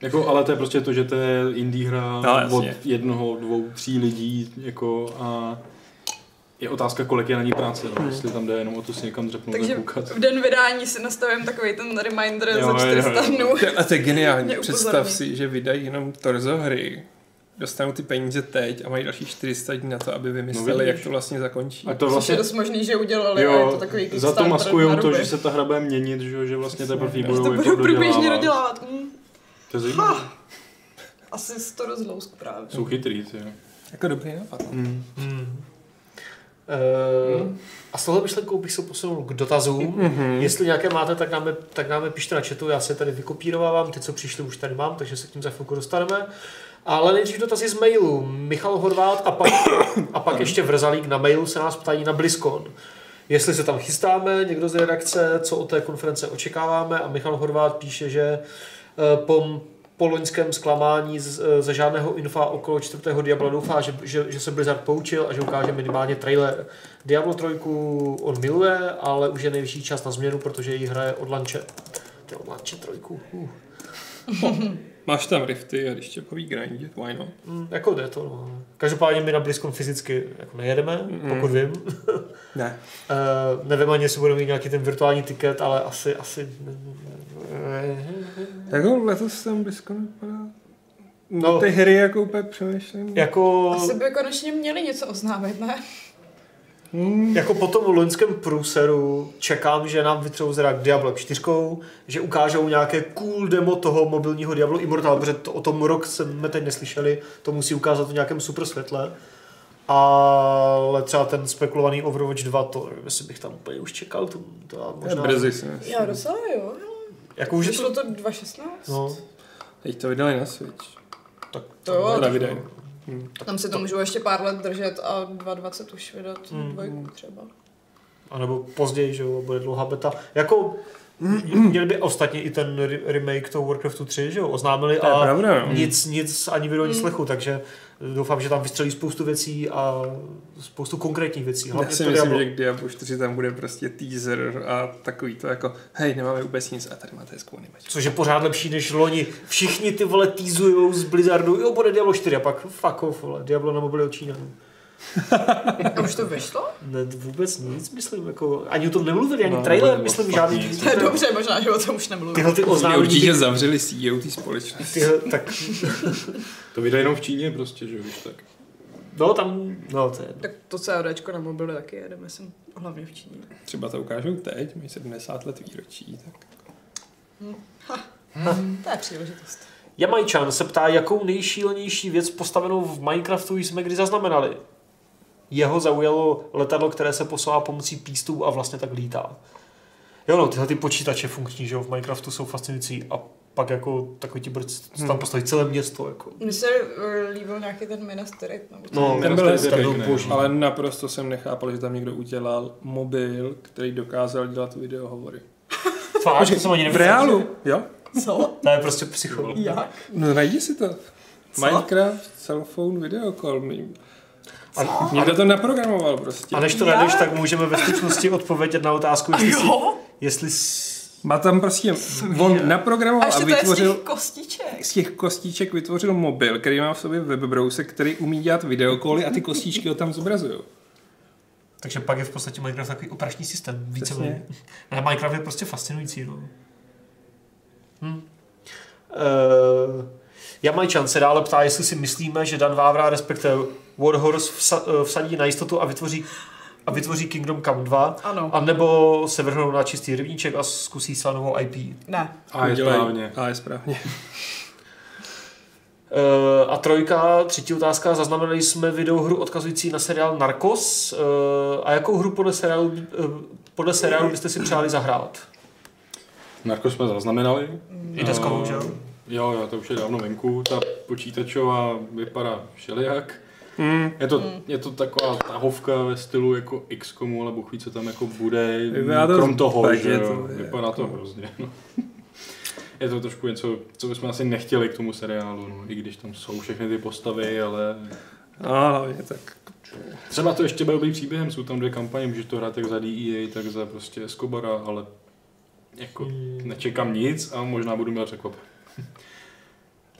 Jako, ale to je prostě to, že to je indie hra No, od jasně. jednoho, dvou, tří lidí, jako a je otázka, kolik je na ní práce, no, jestli tam jde jenom o to si někam dřepnout a Hmm. Takže koukat. v den vydání si nastavím takový ten reminder Jo, za jo, jo. 400 dnů. to, a to je geniální. Mě Představ upozorní. si, že vydají jenom torzo hry dostanou ty peníze teď a mají další 400 dní na to, aby vymysleli, No vidíš. jak to vlastně zakončí. A to Což je vlastně, dost možný, že udělali, jo, a je to jo, takový za to Kickstarter na maskujou to, ruby. že se ta hra bude měnit, že, jo, že vlastně teprve ji to budou budou jako průběžně dodělávat. dodělávat. Mm, To je zajímavé. asi z to rozlousku právě. Jsou chytrý, ty. jo. Jako dobrý nápad. Hmm. Hmm. Eh, A s tohle myšlenkou bych se posunul k dotazům. Mhm. Jestli nějaké máte, tak nám, je, tak nám je pište na chatu, já se tady vykopírovávám, ty, co přišli, už tady mám, takže se k tím za chvilku dostaneme. Ale nejdřív dotazy z mailu. Michal Horvát a pak, a pak ještě Vrzalík na mailu se nás ptají na BlizzCon. Jestli se tam chystáme, někdo z redakce, co od té konference očekáváme a Michal Horvát píše, že eh, po, po loňském zklamání z, eh, ze žádného infa okolo čtvrtého Diabla doufá, že, že, že se Blizzard poučil a že ukáže minimálně trailer. Diablo 3 on miluje, ale už je nejvyšší čas na změnu, protože její hra je od lanče. To je od lanče trojku. Uh. Máš tam rifty a když tě poví grindit, why not? Mm, jako jde to. No. Každopádně my na BlizzCon fyzicky jako nejedeme, mm. pokud vím. Ne. Uh, nevím ani, jestli budeme mít nějaký ten virtuální tiket, ale asi, asi... Jako letos jsem blízko nepadá. No. No. Ty hry jako úplně přemýšlím. Jako... Asi by konečně měli něco oznámit, ne? Hmm. Jako po tom loňském průseru čekám, že nám vytřou zrak Diablo 4, že ukážou nějaké cool demo toho mobilního Diablo Immortal, protože to, o tom rok jsme teď neslyšeli, to musí ukázat v nějakém super světle. Ale třeba ten spekulovaný Overwatch 2, to nevím, jestli bych tam úplně už čekal, to, to já To je možná... brzy si myslím. Já docela jo. hele. Jako už je to... Vyšlo to 2.16? No, Teď to vydali na Switch. tak To jo, na videu. tam si to můžou ještě pár let držet a 2.20 už vydat Mm. dvojku třeba. A nebo později, že jo, bude dlouhá beta. Jako měli by ostatně i ten re- remake toho Warcraftu 3, že jo, oznámili To je a pravda, no. nic, nic, ani video, nic Mm. slechu, takže doufám, že tam vystřelí spoustu věcí a spoustu konkrétních věcí. Já Hlavně si to myslím, Diablo. že k Diablo 4 tam bude prostě teaser a takový to jako, hej, nemáme vůbec nic a tady máte hezkou animaci. Což je pořád lepší než loni. Všichni ty vole týzujou z Blizzardu, jo, bude Diablo 4 a pak fuck off, vole, Diablo na mobily od Číňanů. A už to vyšlo? Ne, vůbec nic, myslím, jako, ani o tom nemluvili, ani No, trailer, nebo myslím, fakt žádný. nic. To je dobře, možná, že o tom už nemluvím. Tyhle ty Oni oznámení, určitě ty, zavřeli CEO té společnosti. tyhle, tak, To vydají jenom v Číně prostě, že jo, už tak. no tam, no to je jedno. Tak to CODčko na mobily taky jedeme sem, hlavně v Číně. Třeba to ukážou teď, mají 70 let výročí, tak To je příležitost. Jamajčan se ptá, jakou nejšílenější věc postavenou v Minecraftu jsme kdy zaznamenali. Jeho zaujalo letadlo, které se posouvá pomocí pístů a vlastně tak lítá. Jo no, tyhle ty počítače funkční, že jo, v Minecraftu jsou fascinující a pak jako takový ti brc, co tam postaví celé město, jako. Mně se eh, líbil nějaký ten Minas Tirith, nebo co? No, Ten byl to je hezký, pěkné. ne? boží. Ale naprosto jsem nechápal, že tam někdo udělal mobil, který dokázal dělat videohovory. Fáč, to jsem ani V nevěděl. reálu, jo? Co? To je prostě psycho. Jak? No najdi si to. Minecraft, cellphone, videokol. A, Někdo to naprogramoval prostě. a než to najdeš, tak můžeme ve skutečnosti odpovědět na otázku, jestli, si, Jo? jestli s- Má tam prostě, on A naprogramoval a, ještě to je z vytvořil těch kostiček. z těch kostiček vytvořil mobil, který má v sobě webbrowser, který umí dělat videokoly a ty kostičky ho tam zobrazují. Takže pak je v podstatě Minecraft takový operační systém. Více Přesně. méně. Ne, Minecraft je prostě fascinující. No. Hm. Uh, Jamajčan se dále ptá, jestli si myslíme, že Dan Vávra, respektive Warhorse, vsa, eh, vsadí na jistotu a vytvoří, a vytvoří Kingdom Come 2, Ano. a nebo se vrhnou na čistý rybníček a zkusí slanovou IP. Ne. A je Udělají- správně. A je správně. Eh, a trojka, třetí otázka, zaznamenali jsme videohru odkazující na seriál Narcos. Eh, a jakou hru podle seriálu, eh, podle seriálu byste si přáli zahrát? Narko jsme zaznamenali. I deskovou, Eh, že jo? Jo, jo, to už je dávno venku. Ta počítačová vypadá všelijak. Mm. Je to, je to taková tahovka ve stylu jako XCOMu, ale Bůh ví, co tam jako bude, Vypadá to krom toho, zbažně, že jo. to je jako- Vypadá to hrozně. No. Je to trošku něco, co bychom asi nechtěli k tomu seriálu, no. i když tam jsou všechny ty postavy, ale No, hlavně tak. třeba to ještě bude dobrý příběhem, jsou tam dvě kampaně, můžeš to hrát jak za DEA, tak za prostě Escobara, ale jako nečekám nic a možná budu měl překvapit.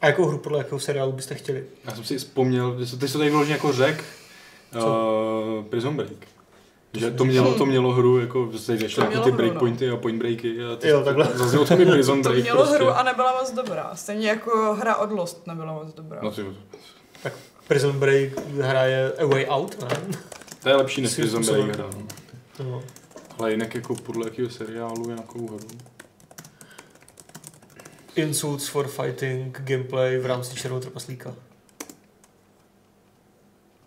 A jakou hru podle jakého seriálu byste chtěli? Já jsem si vzpomněl, že se- ty jsi to tady vyloženě jako řek, uh, Prison Break. Že to mělo, to mělo hru, jako že se To začaly jako mělo ty hru, no. breakpointy a point breaky. A to, Jo, takhle. Zaznělo to mi Prison To Break mělo prostě. hru a nebyla moc dobrá. Stejně jako hra od Lost nebyla moc dobrá. No ty, Tak Prison Break hraje A Way Out, ne? To je lepší než Svým Prison Break způsobem. hra. no. No. Ale jinak jako podle jakého seriálu nějakou hru. Insults for Fighting gameplay v rámci Červeného trpaslíka.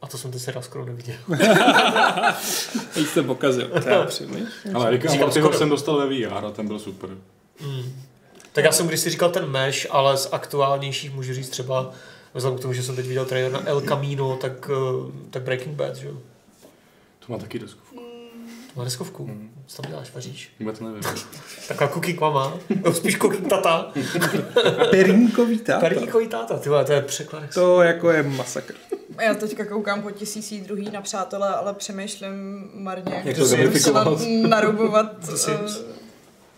A to jsem ten seriál skoro neviděl. Teď jste pokazil. To já přijmi. Ale Rick a Říkám Mortyho skoro. jsem dostal ve VR a ten byl super. Mm. Tak já jsem když si říkal ten mesh, ale z aktuálnějších můžu říct třeba, vzhledem k tomu, že jsem teď viděl trailer na El Camino, tak, eh, tak Breaking Bad, že jo? To má taky desku. To má deskovku. Mm. Co tam děláš, vaříš? Vůbec nevím. Taková cooking mama, no, spíš cooking tata. Perínkový táta. Perníkový táta, ty vole, to je překlad. To jako je masakr. A já teďka koukám po tisící druhý na přátelé, ale přemýšlím marně, jak, Jak to to třeba gamifikoval? narubovat. The Sims. eh,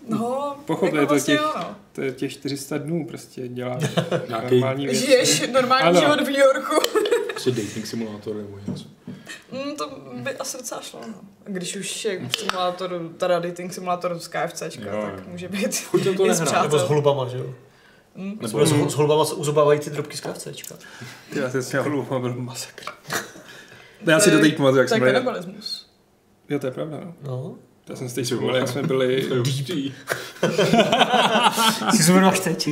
no, Pochopili jako to vlastně těch- jo, no. To je těch 400 dnů, prostě děláš Nějaký normální věci. Žiješ normální Ano. život v New Yorku. prostě dating simulátor nebo něco. Mm, to by asi docela šlo, no. Když už je v simulátoru, teda dating simulátor z KFCčka, Jo, tak jo. může být. Furt jsem to I s nehrál. přáteli. Nebo s holubama, že jo? Mm. Nebo Nebo s, s holubama se uzobávají ty drobky z kravcečka. Ty, Já jsem měl hluba, byl masakr. No, Já si doteď pamatuju, jak To jsme je byli. kanibalismus. Jo, to je pravda, no. No. Já jsem si teď vzpomněl, jak jsme byli, Deep. Jsi zrovna až teď.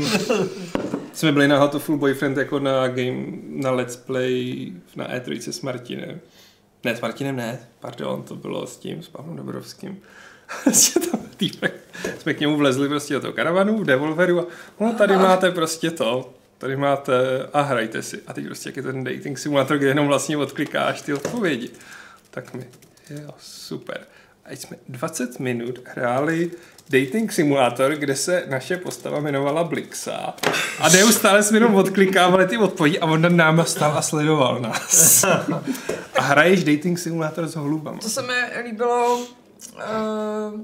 jsme byli na How to Full Boyfriend jako na game, na let's play na E3 s Martinem. Ne, s Martinem ne, pardon, to bylo s tím, s Pavlem Dobrovským. Prostě tam týpek, jsme k němu vlezli prostě do toho karavanu, v Devolveru a no tady máte prostě to, tady máte a hrajte si. A teď prostě jak je ten dating simulátor, kde jenom vlastně odklikáš ty odpovědi. Tak mi, jo, super. A jsme 20 minut hráli dating simulátor, kde se naše postava jmenovala Blixa. A neustále jsme jenom odklikávali ty odpovědi a on nad náma stál a sledoval nás. A hraješ dating simulátor s holubama. To se mi líbilo, uh,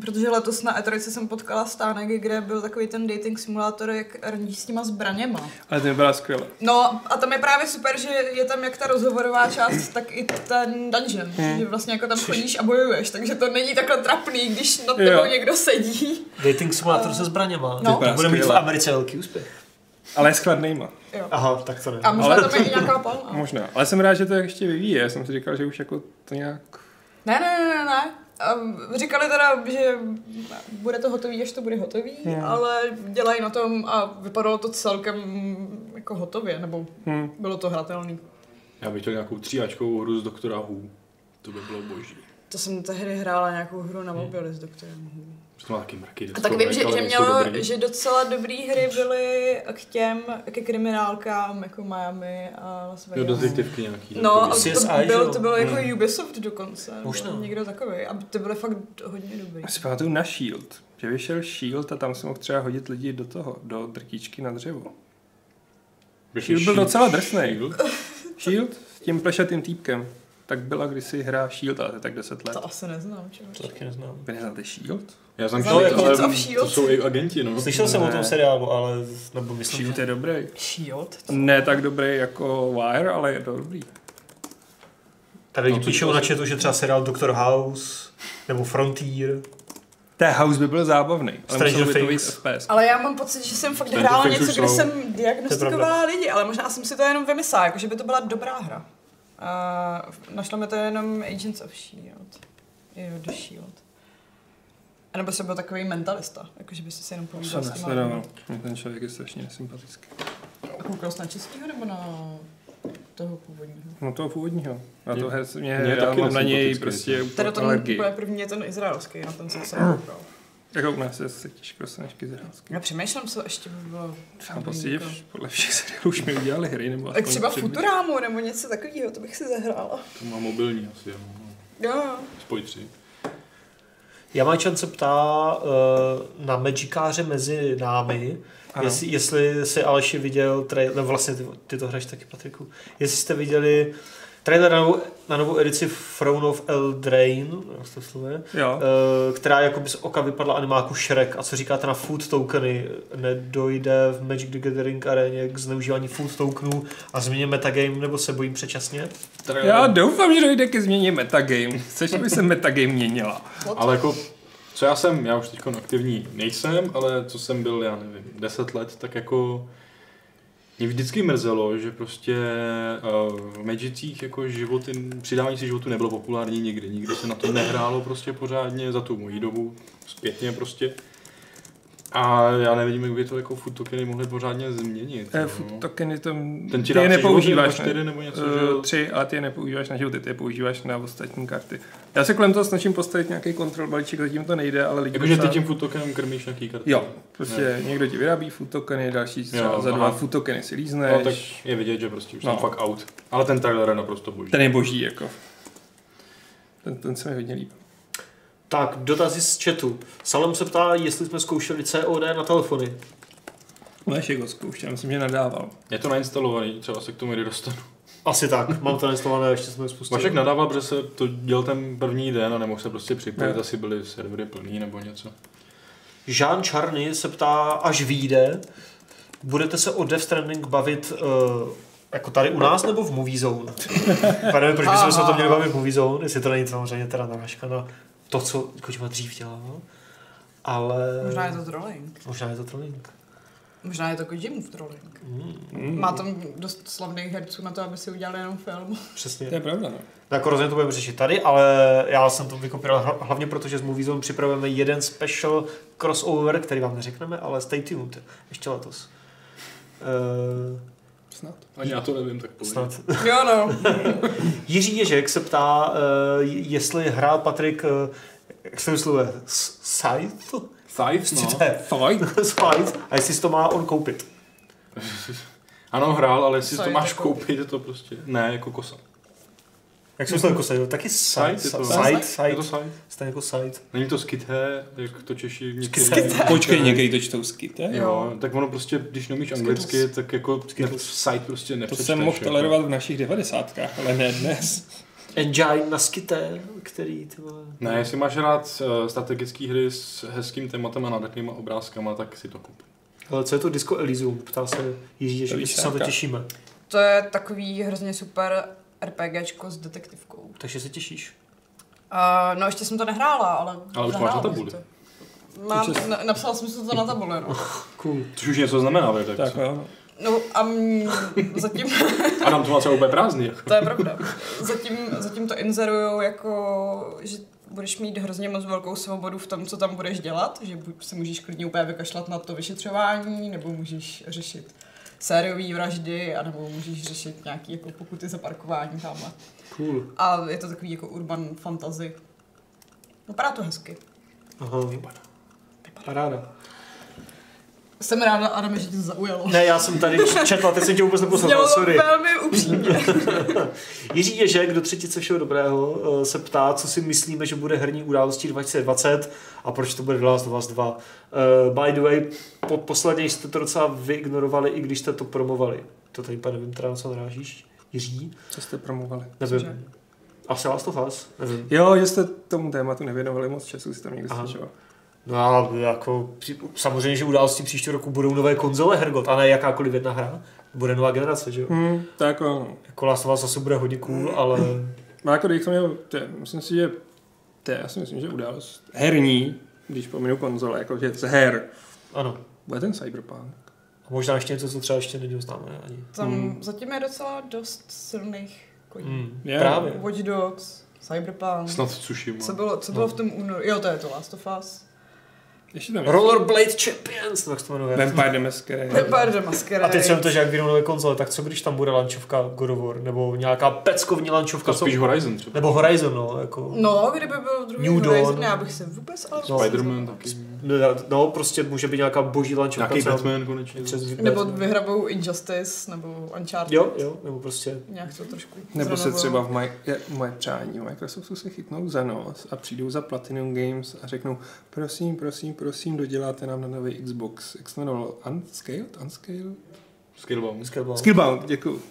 protože letos na E3 jsem potkala stánek, kde byl takový ten dating simulátor, jak rníš s těma zbraněma. Ale to mi byla skvělá. No a tam je právě super, že je tam jak ta rozhovorová část, tak i ten dungeon. Hmm. Že vlastně jako tam chodíš a bojuješ, takže to není takhle trapný, když nad Jo. tebou někdo sedí. Dating simulátor se zbraněma. No. To bude mít v Skvělé. Americe velký úspěch. Ale s chladnejma. Jo. Aha, tak to ne. A možná Ale- tam je i nějaká no. palma. Možná. Ale jsem rád, že to ještě vyvíjí. Já jsem si říkal, že už jako to nějak... Ne, ne, ne, ne, ne. Ehm, Říkali teda, že bude to hotový, až to bude hotový, Hmm. ale dělají na tom a vypadalo to celkem mm, jako hotově, nebo Hm. bylo to hratelný. Já bych chtěl nějakou tříáčkovou hru z doktora Who. To by bylo boží. To jsem tehdy hrála nějakou hru na mobily s doktorem. Who. To má taky mraky. A tak vím, že, ale že, nejsou mělo, dobrý. že docela dobrý hry byly k těm, ke kriminálkám, jako Miami a Las Jo, Vegas. detektivky nějaký. No, a takový. CSI, to že byl, jo? to byl jako Hmm. Ubisoft dokonce, Možná. nebo někdo takový. A ty byly fakt hodně dobrý. Já si pamatuju na Shield. Že vyšel Shield a tam jsem mohl třeba hodit lidi do toho, do drtičky na dřevo. Shield byl docela drsnej. Shield? Shield s tím plešatým týpkem. Tak byla kdysi hra Shield, ale to je tak 10 let. To asi neznám, člověče. To taky neznám. Vy neznáte Shield? Já jsem No, Shield, jako ale něco v to Shield. jsou i agenti, no. Slyšel jsem o tom seriálu, ale nebo myslím, Shield je dobrý. Shield? Ne tak dobrý jako Wire, ale je dobrý. Tady No, no, co píšou to- na chatu, že třeba seriál Doctor House nebo Frontier. Té House by byl zábavný, ale Stranger musel by to být Things. FPS. Ale já mám pocit, že jsem fakt Stranger hrála Things něco, už kde jsou. jsem diagnostikovala lidi, ale možná jsem si to jenom vymyslela, jako že by to byla dobrá hra. A našlo mi to jenom Agents of S.H.I.E.L.D. Jo, The S.H.I.E.L.D. E A nebo jsem byl takový mentalista, jakože by si se jenom To povídal jsem s těma lidmi. nesledoval. No, Ten člověk je strašně nesympatický. A koukal jsi na českýho nebo na toho původního? No toho původního. A to Je- herce mě, je já taky mám na něj nesympatický. prostě Teda úplně ten alergii. úplně první je ten izraelský, na ten jsem se koukal. Jako u nás je se těžko snažky zhrálsky. Já přemýšlím, co ještě by bylo. A dobrý, prostě No, jako. v- podle všech seriálů už mi udělali hry, nebo Tak třeba předby- Futurámu nebo něco takového, to bych si zahrála. To má mobilní asi, jo. no. Jo, jo. Spoj tři. Jamajčan se ptá uh, na Magikáře mezi námi, Ano. jestli, jestli si Aleši viděl trailer, no vlastně ty, ty to hraješ taky Patriku, jestli jste viděli trailer na novou, na novou edici Throne of Eldraine, jak se to sluje, Jo. eh, která jakoby z oka vypadla animáku Shrek a co říkáte na food tokeny, nedojde v Magic the Gathering aréně k zneužívání food tokenů a změně metagame nebo se bojím předčasně? Eh, Já doufám, že dojde ke změně metagame. Chceš, aby se metagame měnila? Ale jako, co já jsem, já už teď aktivní nejsem, ale co jsem byl, já nevím, 10 let, tak jako Mě vždycky mrzelo, že prostě uh, v Magicích jako životy, přidávání si životu nebylo populární nikdy. Nikdy se na to nehrálo prostě pořádně za tu moji dobu, zpětně prostě. A já nevím, jak by to jako food tokeny mohly pořádně změnit. Eh, jo. food tokeny to Ten ti ty dá je tři nepoužíváš. životy nebo čtyři ne? nebo něco, Eh, že jo? Tři, ale ty je nepoužíváš na životy, ty je používáš na ostatní karty. Já se kolem toho snažím postavit nějaký kontrol balíček, zatím to nejde, ale lidi... Jakože ty docela- tím food tokenem krmíš nějaký karty. Jo, prostě ne. někdo ti vyrábí food tokeny, další třeba Jo, za aha. dva food tokeny si lízneš. No, tak je vidět, že prostě už No. jsem fakt out. Ale ten trailer je naprosto boží. Ten je boží, jako. Ten, ten se mi hodně líbí. Tak, dotazy z chatu. Salem se ptá, jestli jsme zkoušeli COD na telefony. Máš jeho zkoušel, myslím, že nadával. Je to nainstalovaný, třeba se k tomu někdy dostanu. Asi tak, mám to nainstalované, ještě jsme je Vašek spustili. nadával, protože se to dělal ten první den a nemohl se prostě připojit, Ne. asi byly servery plný nebo něco. Jean Charny se ptá, až vyjde, budete se o Death Stranding bavit uh, jako tady u nás nebo v Movie Zone? Já nevím, proč bychom se o tom měli bavit v Movie Zone, jestli to není samozřejmě teda narážka na to, co Kojima dřív dělal. Ale... Možná je to trolling. Možná je to trolling. Možná je to Kojimův trolling. Mm. Má tam dost slavných herců na to, aby si udělali jenom film. Přesně. To je pravda, no. Tak Jako rozhodně to budeme řešit tady, ale já jsem to vykopil hla- hlavně proto, že s Movie Zone připravujeme jeden special crossover, který vám neřekneme, ale stay tuned, ještě letos. Uh, Snad. Ani já to nevím, tak snad. Jo no. Jiří Ježek se ptá, uh, jestli hrál Patrik, uh, jak se vyslovuje, S- Scythe? Scythe, no. Scythe. Fajn. Scythe. A jestli si to má on koupit. Ano, hrál, ale jestli Co to je máš to koupit, je to prostě... Ne, jako kosa. Jak se vyslovuje kosa, jo? taky Scythe. Scythe je to. Scythe, Je Scythe. to Scythe. Stejně jako Scythe. Není to skithé, jak to Češi Skithé. někdy... Počkej, někdy to čtou skite. Jo, tak ono prostě, když neumíš anglicky, tak jako site prostě To nepřečteš. jsem mohl jako. tolerovat v našich devadesátkách, ale ne dnes. Engine na skité, který ty vole. Ne, jestli máš rád eh, strategické hry s hezkým tématem a nádhernýma obrázkama, tak si to kup. Ale co je to Disco Elysium? Ptá se Jiří Ježek, To jestli se na to výšárka. těšíme. To je takový hrozně super RPGčko s detektivkou. Takže se těšíš. Uh, no ještě jsem to nehrála, ale... Ale už máš zahrála na bych tabuli. to. Mám, na, napsala jsem si to na tabuli, no. Cool. Což už něco znamená, ve Tak redakci. jo. No a m, zatím, A nám to má třeba úplně prázdný. jako. to je pravda, zatím, zatím to inzerujou jako, že budeš mít hrozně moc velkou svobodu v tom, co tam budeš dělat, že bu- se můžeš klidně úplně vykašlat na to vyšetřování, nebo můžeš řešit sériové vraždy, anebo můžeš řešit nějaké jako pokuty za parkování tamhle. Cool. A je to takový jako urban fantasy. Vypadá to hezky. Aha. Vypadá. Paráda. Jsem ráda, Adame, že tě to zaujalo. Ne, já jsem tady četla, teď jsem tě vůbec neposlouchal, Znělo sorry. Mm. velmi upřímně. Jiří Ježek do třetice všeho dobrého eh, se ptá, co si myslíme, že bude herní událostí 2020 a proč to bude The Last of Us 2. Eh, by the way, po, posledně jste to docela vyignorovali, i když jste to promovali. To tady úplně nevím, teda na co narážíš. Jiří? Co jste promovali? Cože? Nevím. Asi Last of Us? Nevím. Jo, že jste tomu tématu nevěnovali moc času, si tam někdo Aha. slyšel. No a jako, při- samozřejmě, že události příštího roku budou nové konzole Hergot, a ne jakákoliv jedna hra. Bude nová generace, že jo? Hmm, tak jo. Jako Last of Us asi bude hodně cool, ale Má jako dejch to měl, to je, myslím si, že to je, já si myslím, že událost herní, když pominu konzole, jako že z her, ano. bude ten Cyberpunk. A možná ještě něco, co třeba ještě není oznámené ani. Tam Hmm. zatím je docela dost silných koní. Mm, Je. Právě. Watch Dogs, Cyberpunk. Snad Tsushima. Co bylo, co No. bylo v tom únoru? Jo, to je to Last of Us. Ještě tam je Rollerblade Champions, tak se to jmenuje. Vampire the Masquerade. Vampire the Masquerade. A teď jsem to, že jak vyjdou nové konzole, tak co když tam bude lančovka God of War, nebo nějaká peckovní lančovka, To co, spíš Horizon třeba. nebo Horizon, no, jako. No, kdyby byl druhý New New Dawn. Horizon, já bych se vůbec ale... No. Spider-Man taky. No, no, prostě může být nějaká boží lančovka. Nějaký co- Batman konečně. přes Nebo Batman. vyhrabou Injustice, nebo Uncharted. Jo, jo, nebo prostě Nějak to trošku Nebo se zrenovujou. třeba v maj, je, moje přání v Microsoftu se chytnou za nos a přijdou za Platinum Games a řeknou prosím, prosím, prosím, doděláte nám na nový Xbox. Jak se jmenovalo? Unscaled? Unscaled? No. Skillbound. Skillbound. Skillbound, děkuju.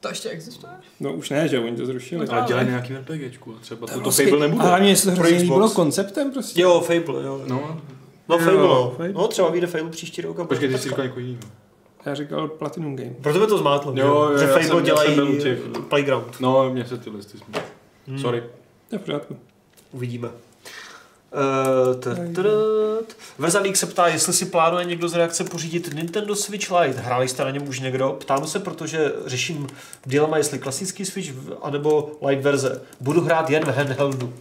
To ještě existuje? No už ne, že jo, oni to zrušili. Ale dělají nějaký RPGčku a třeba No, to, to Fable nebude. Ale mně se to Pro hrozně Xbox. líbilo konceptem prostě. Jo, Fable, jo. No, No, no Jo, Fable, no. Fable. no. třeba vyjde Fable příští rok. a počkej, ty bude jsi pecka. říkal někoho jiného. Já říkal Platinum Games. Proto by to zmátlo, Jo, jo, že já Fable jsem- já dělají eh, jsem byl u těch- Playground. Hmm. No, mě se ty listy smí. Sorry. To je v pořádku. Uvidíme. Eh, tr- tr- tr- Vrzalík se ptá, jestli si plánuje někdo z reakce pořídit Nintendo Switch Lite. Hráli jste na něm už někdo? Ptám se, protože řeším dilema, jestli klasický Switch v- anebo Lite verze. Budu hrát jen v handheldu.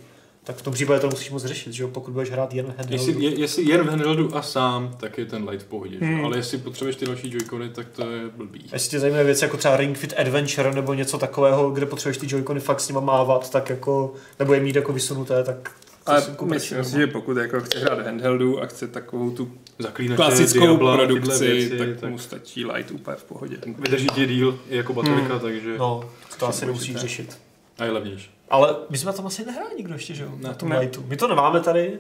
Tak v tom případě to musíš moc řešit, že jo? Pokud budeš hrát jen v handheldu. Jestli, je, jestli jen v handheldu a sám, tak je ten light v pohodě. Hmm. Ale jestli potřebuješ ty další joycony, tak to je blbý. Jestli tě zajímají věci jako třeba Ring Fit Adventure nebo něco takového, kde potřebuješ ty Joy-Cony fakt s nima mávat, tak jako, nebo je mít jako vysunuté, tak to Ale si koupíš myslím jenom. si, že pokud jako chce hrát handheldu a chce takovou tu Zaklínače, klasickou Diabla, produkci, tyhle věci, tak, tak mu stačí light úplně v pohodě. Vydrží ti díl i jako baterka, hmm. takže... No. No, to asi nemusíš řešit. A je levnější. Ale my jsme na tom asi nehráli nikdo ještě, že jo? Na tom Ne. Lightu. My to nemáme tady,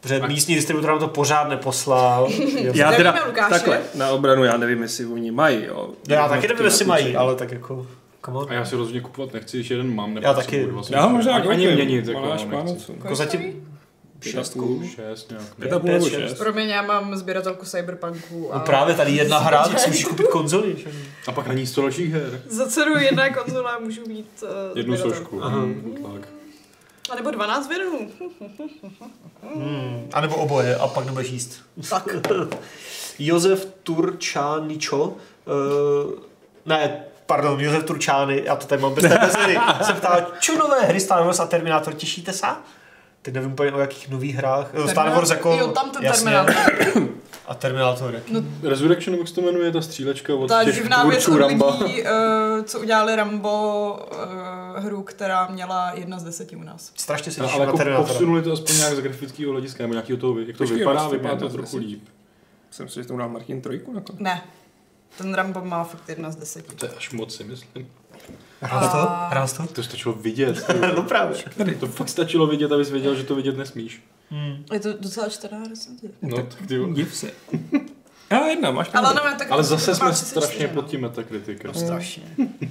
protože Tak. místní distributor nám to pořád neposlal. Já Zdravíme teda, Lukáše. takhle, na obranu já nevím, jestli oni mají, jo. No, já taky Jednotky nevím, jestli na mají, Switchi. ale tak jako, come on. A já si rozhodně kupovat nechci, když jeden mám, nebo Já taky. Já ho možná ani, koupím. ani měnit, jako Maláš no, nechci. pánocům. Jako zatím- Šestku. Šest nějak. Pět a půl Pět, nebo šest. šest. Pro mě já mám sběratelku Cyberpunku a No právě tady jedna hra, tak si můžeš koupit konzoli. že jo? A pak na ní 100 dalších her. za cenu jedné konzole můžu mít uh, Jednu sběratelku. složku. Mhm, tak. A nebo 12 věrnů. Hmm. A nebo oboje, a pak nebudeš jíst. Tak. Josef Turčáničo. Uh, ne, pardon, Josef Turčány, já to tady mám bez té bezedy, se ptá, čo nové hry Star Wars a Terminátor těšíte se? Teď nevím úplně o jakých nových hrách. Eh, Star Wars jako... Jo, tam ten jasně. Terminátor. A Terminátor. jaký? Resurrection, jak se to jmenuje, ta střílečka od Ta těch divná věc tvůrců od Ramba. lidí, eh, co udělali Rambo eh, hru, která měla jedna z deseti u nás. Strašně se No, těším ale na jako Terminátora. posunuli to aspoň nějak z grafického hlediska, nebo nějakého toho, jak to Počkej, vypadá, vlastně vypadá to jedna z trochu deseti. líp. Jsem si, že to dal Martin trojku nakonec. Ne, ten Rambo má fakt jedna z deseti. To je až moc si myslím. Hrál jsi to? Hrál jsi to? To stačilo vidět. No právě. To fakt stačilo vidět, abys věděl, že to vidět nesmíš. Je to docela 14 No, tak ty jo. Div se. Já jedna, máš Ale, pravdu. no, tak Ale zase má jsme 34, strašně no. pod tím metakritikem. Strašně.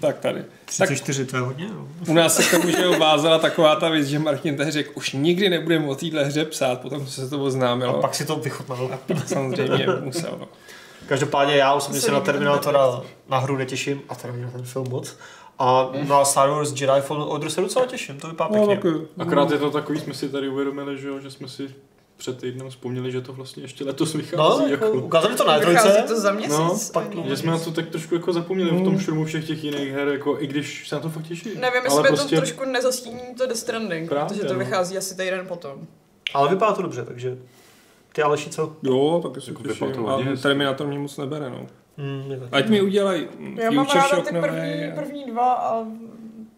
Tak tady. Tak 34, to je hodně, no. u nás se k tomu, že jo, vázala taková ta věc, že Martin tehdy řekl, už nikdy nebudeme o téhle hře psát, potom co se to oznámilo. Pak si to vychutnal. Samozřejmě musel. No. Každopádně já osobně se na Terminátora na hru netěším a teda na ten film moc. A na Star Wars Jedi Fallen Order se docela těším, to vypadá No, pěkně. takový- Akorát je to takový, jsme si tady uvědomili, že, jo, že jsme si před týdnem vzpomněli, že to vlastně ještě letos vychází. No, jako, jako, ukázali to na Vychází trojce. to za měsíc. No, pak- ani ne. že jsme na to tak trošku jako zapomněli v Hmm. tom šrumu všech těch jiných her, jako, i když se na to fakt těším. Nevím, jestli by to trošku nezastíní to Death prostě- Stranding, Právě, protože to no. vychází asi týden potom. Ale vypadá to dobře, takže ty Aleši co? Jo, tak se Jako vypadá to těším. hodně A hezky. Terminátor mě moc nebere, no. Mm, Ať mi udělají mm, Já mám Future ráda Shock ty nový. a- první, první dva a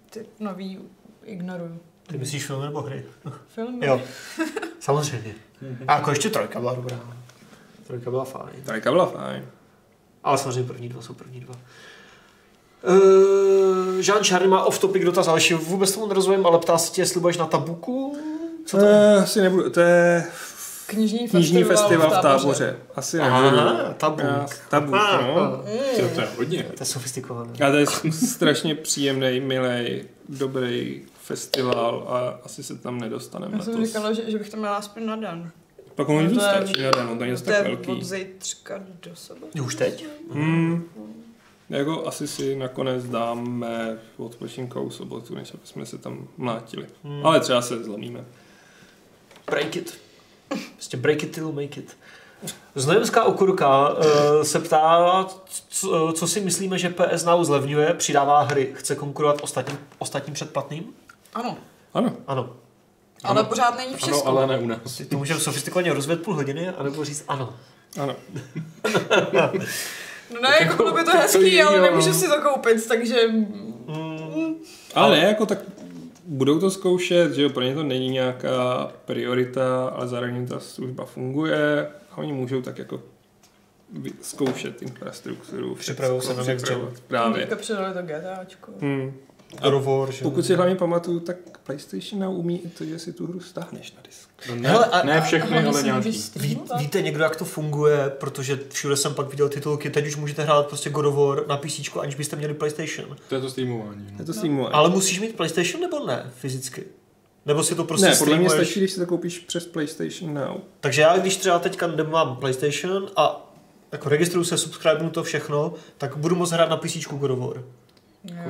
ty nový ignoruju. ty myslíš film nebo hry? Film? Jo, samozřejmě. A jako ještě trojka byla dobrá. Trojka byla fajn. Trojka byla fajn. Ale samozřejmě první dva jsou první dva. Uh, Jean Charny má off-topic dotaz, ale ještě vůbec tomu nerozumím, ale ptá se tě, jestli budeš na tabuku? Co to je? Eh, Asi nebudu, to je Knižní, knižní festival v táboře. táboře. Asi nebudu. Aha, tabuk. Já- Tabu, Ah, no. To, to je hodně. To je sofistikované. A to je strašně příjemný, milý, dobrý festival a asi se tam nedostaneme Já jsem letos. říkala, že, že bych to měla aspoň na den. Pak on No to to je- stačí na den, on to je něco to je tak velký. od zítřka do sebe. Už teď? Hmm. Jako asi si nakonec dáme odpočinkovou sobotu, než aby jsme se tam mlátili. Hmm. Ale třeba se zlomíme. Break it. Prostě break it till make it. Znojemská okurka uh, se ptá, co, co si myslíme, že PS Now zlevňuje, přidává hry, chce konkurovat ostatním, ostatním předplatným? Ano, Ano. Ano. ale pořád není v Ano, Česku. ale ne u nás. Ty to můžeme sofistikovaně rozvět půl hodiny, anebo říct ano. Ano. No ne, jako bylo by to hezký, ale no. nemůžu si to koupit, takže... Ale ne, jako tak budou to zkoušet, že jo, pro ně to není nějaká priorita, ale zároveň ta služba funguje a oni můžou tak jako vy- zkoušet infrastrukturu. Připravují všecko se na next gen. připravovat. Právě. Teďka přidali to GTAčko. Hmm. God of War, že? Pokud si hlavně pamatuju, tak PlayStation Now umí i to, že si tu hru stáhneš na disk. No, ne, Hele, a- ne a- všechny, Aha, ale si no, nějaký. můžeš Ví, streamovat? víte někdo, jak to funguje, protože všude jsem pak viděl titulky, teď už můžete hrát prostě God of War na PC, aniž byste měli PlayStation. To je to streamování. Je No. to streamování. Ale musíš mít PlayStation nebo ne, fyzicky? Nebo si to prostě ne, podle mě streamuješ? stačí, když si to koupíš přes PlayStation Now. Takže já, když třeba teďka nemám PlayStation a jako registruju se, subscribenu to všechno, tak budu moct hrát na PC God of War.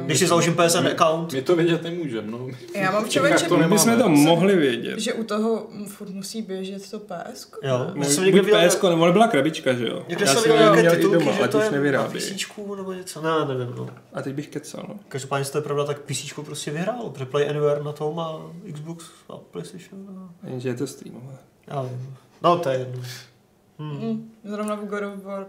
Když si založím PSN account, My to vědět nemůžeme, no. Já mám V Čechách člověče, to nemáme. My jsme to mohli vědět. že u toho furt musí běžet to PS. jo. Já jsem někde Buď viděl, PSK, nebo byla krabička, že jo? někde Já jsem jsem viděl ji nějaké měl i titulky, doma, že ale to teď je na nevyrábí. písíčku nebo něco, ne, nevím, no. A teď bych kecal, no. Každopádně, jestli to je pravda, tak PC prostě vyhrál, protože Play Anywhere na tom má Xbox a PlayStation a... Jenže je to streamové. Já vím. No, to je jedno. Hmm. Mm. Zrovna v God of War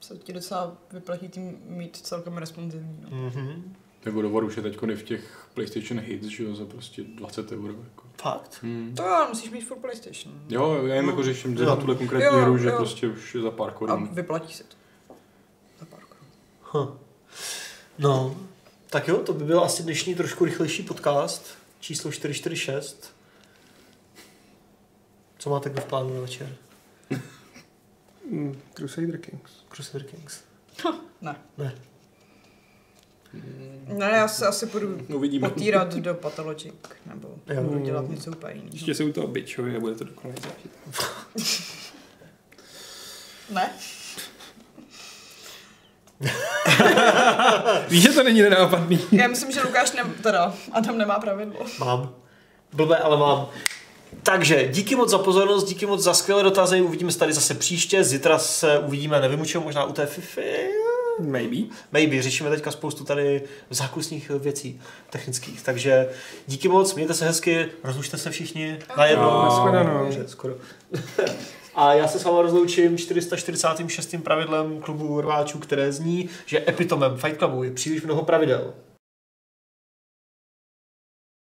se ti docela vyplatí tím mít celkem responsivní. Mm. No. Mhm. Tak God of War už je jako teď v těch PlayStation Hits, že jo, za prostě 20 euro. Jako. Fakt? Hmm. To jo, musíš mít furt PlayStation. Jo, já jim jako řeším za Jo. tuhle konkrétní No. Jo, hru, že jo. prostě už je za pár A korun. vyplatí se to. Za pár korun. Huh. No, Tak jo, to by byl asi dnešní trošku rychlejší podcast, číslo 446. co máte kdo v plánu na večer? Mm, Crusader Kings. Crusader Kings. Ne. Ne. Ne, No, já se asi půjdu Uvidíme. potírat do Pathologic, nebo Jo. budu dělat něco úplně jiného. Ještě jsou to bičovi a bude to dokonalý zážitek. Ne? Víš, že to není nenápadný. Já myslím, že Lukáš ne, teda Adam nemá pravidlo. Mám. Blbé, ale mám. Takže díky moc za pozornost, díky moc za skvělé dotazy, uvidíme se tady zase příště, zítra se uvidíme, nevím u čeho, možná u té Fifi. Maybe. Maybe, řešíme teďka spoustu tady zákusních věcí technických, takže díky moc, mějte se hezky, rozlučte se všichni, najednou. No. Naschledanou. Dobře, skoro. A já se s vámi rozloučím 446. pravidlem klubu rváčů, které zní, že epitomem Fight Clubu je příliš mnoho pravidel.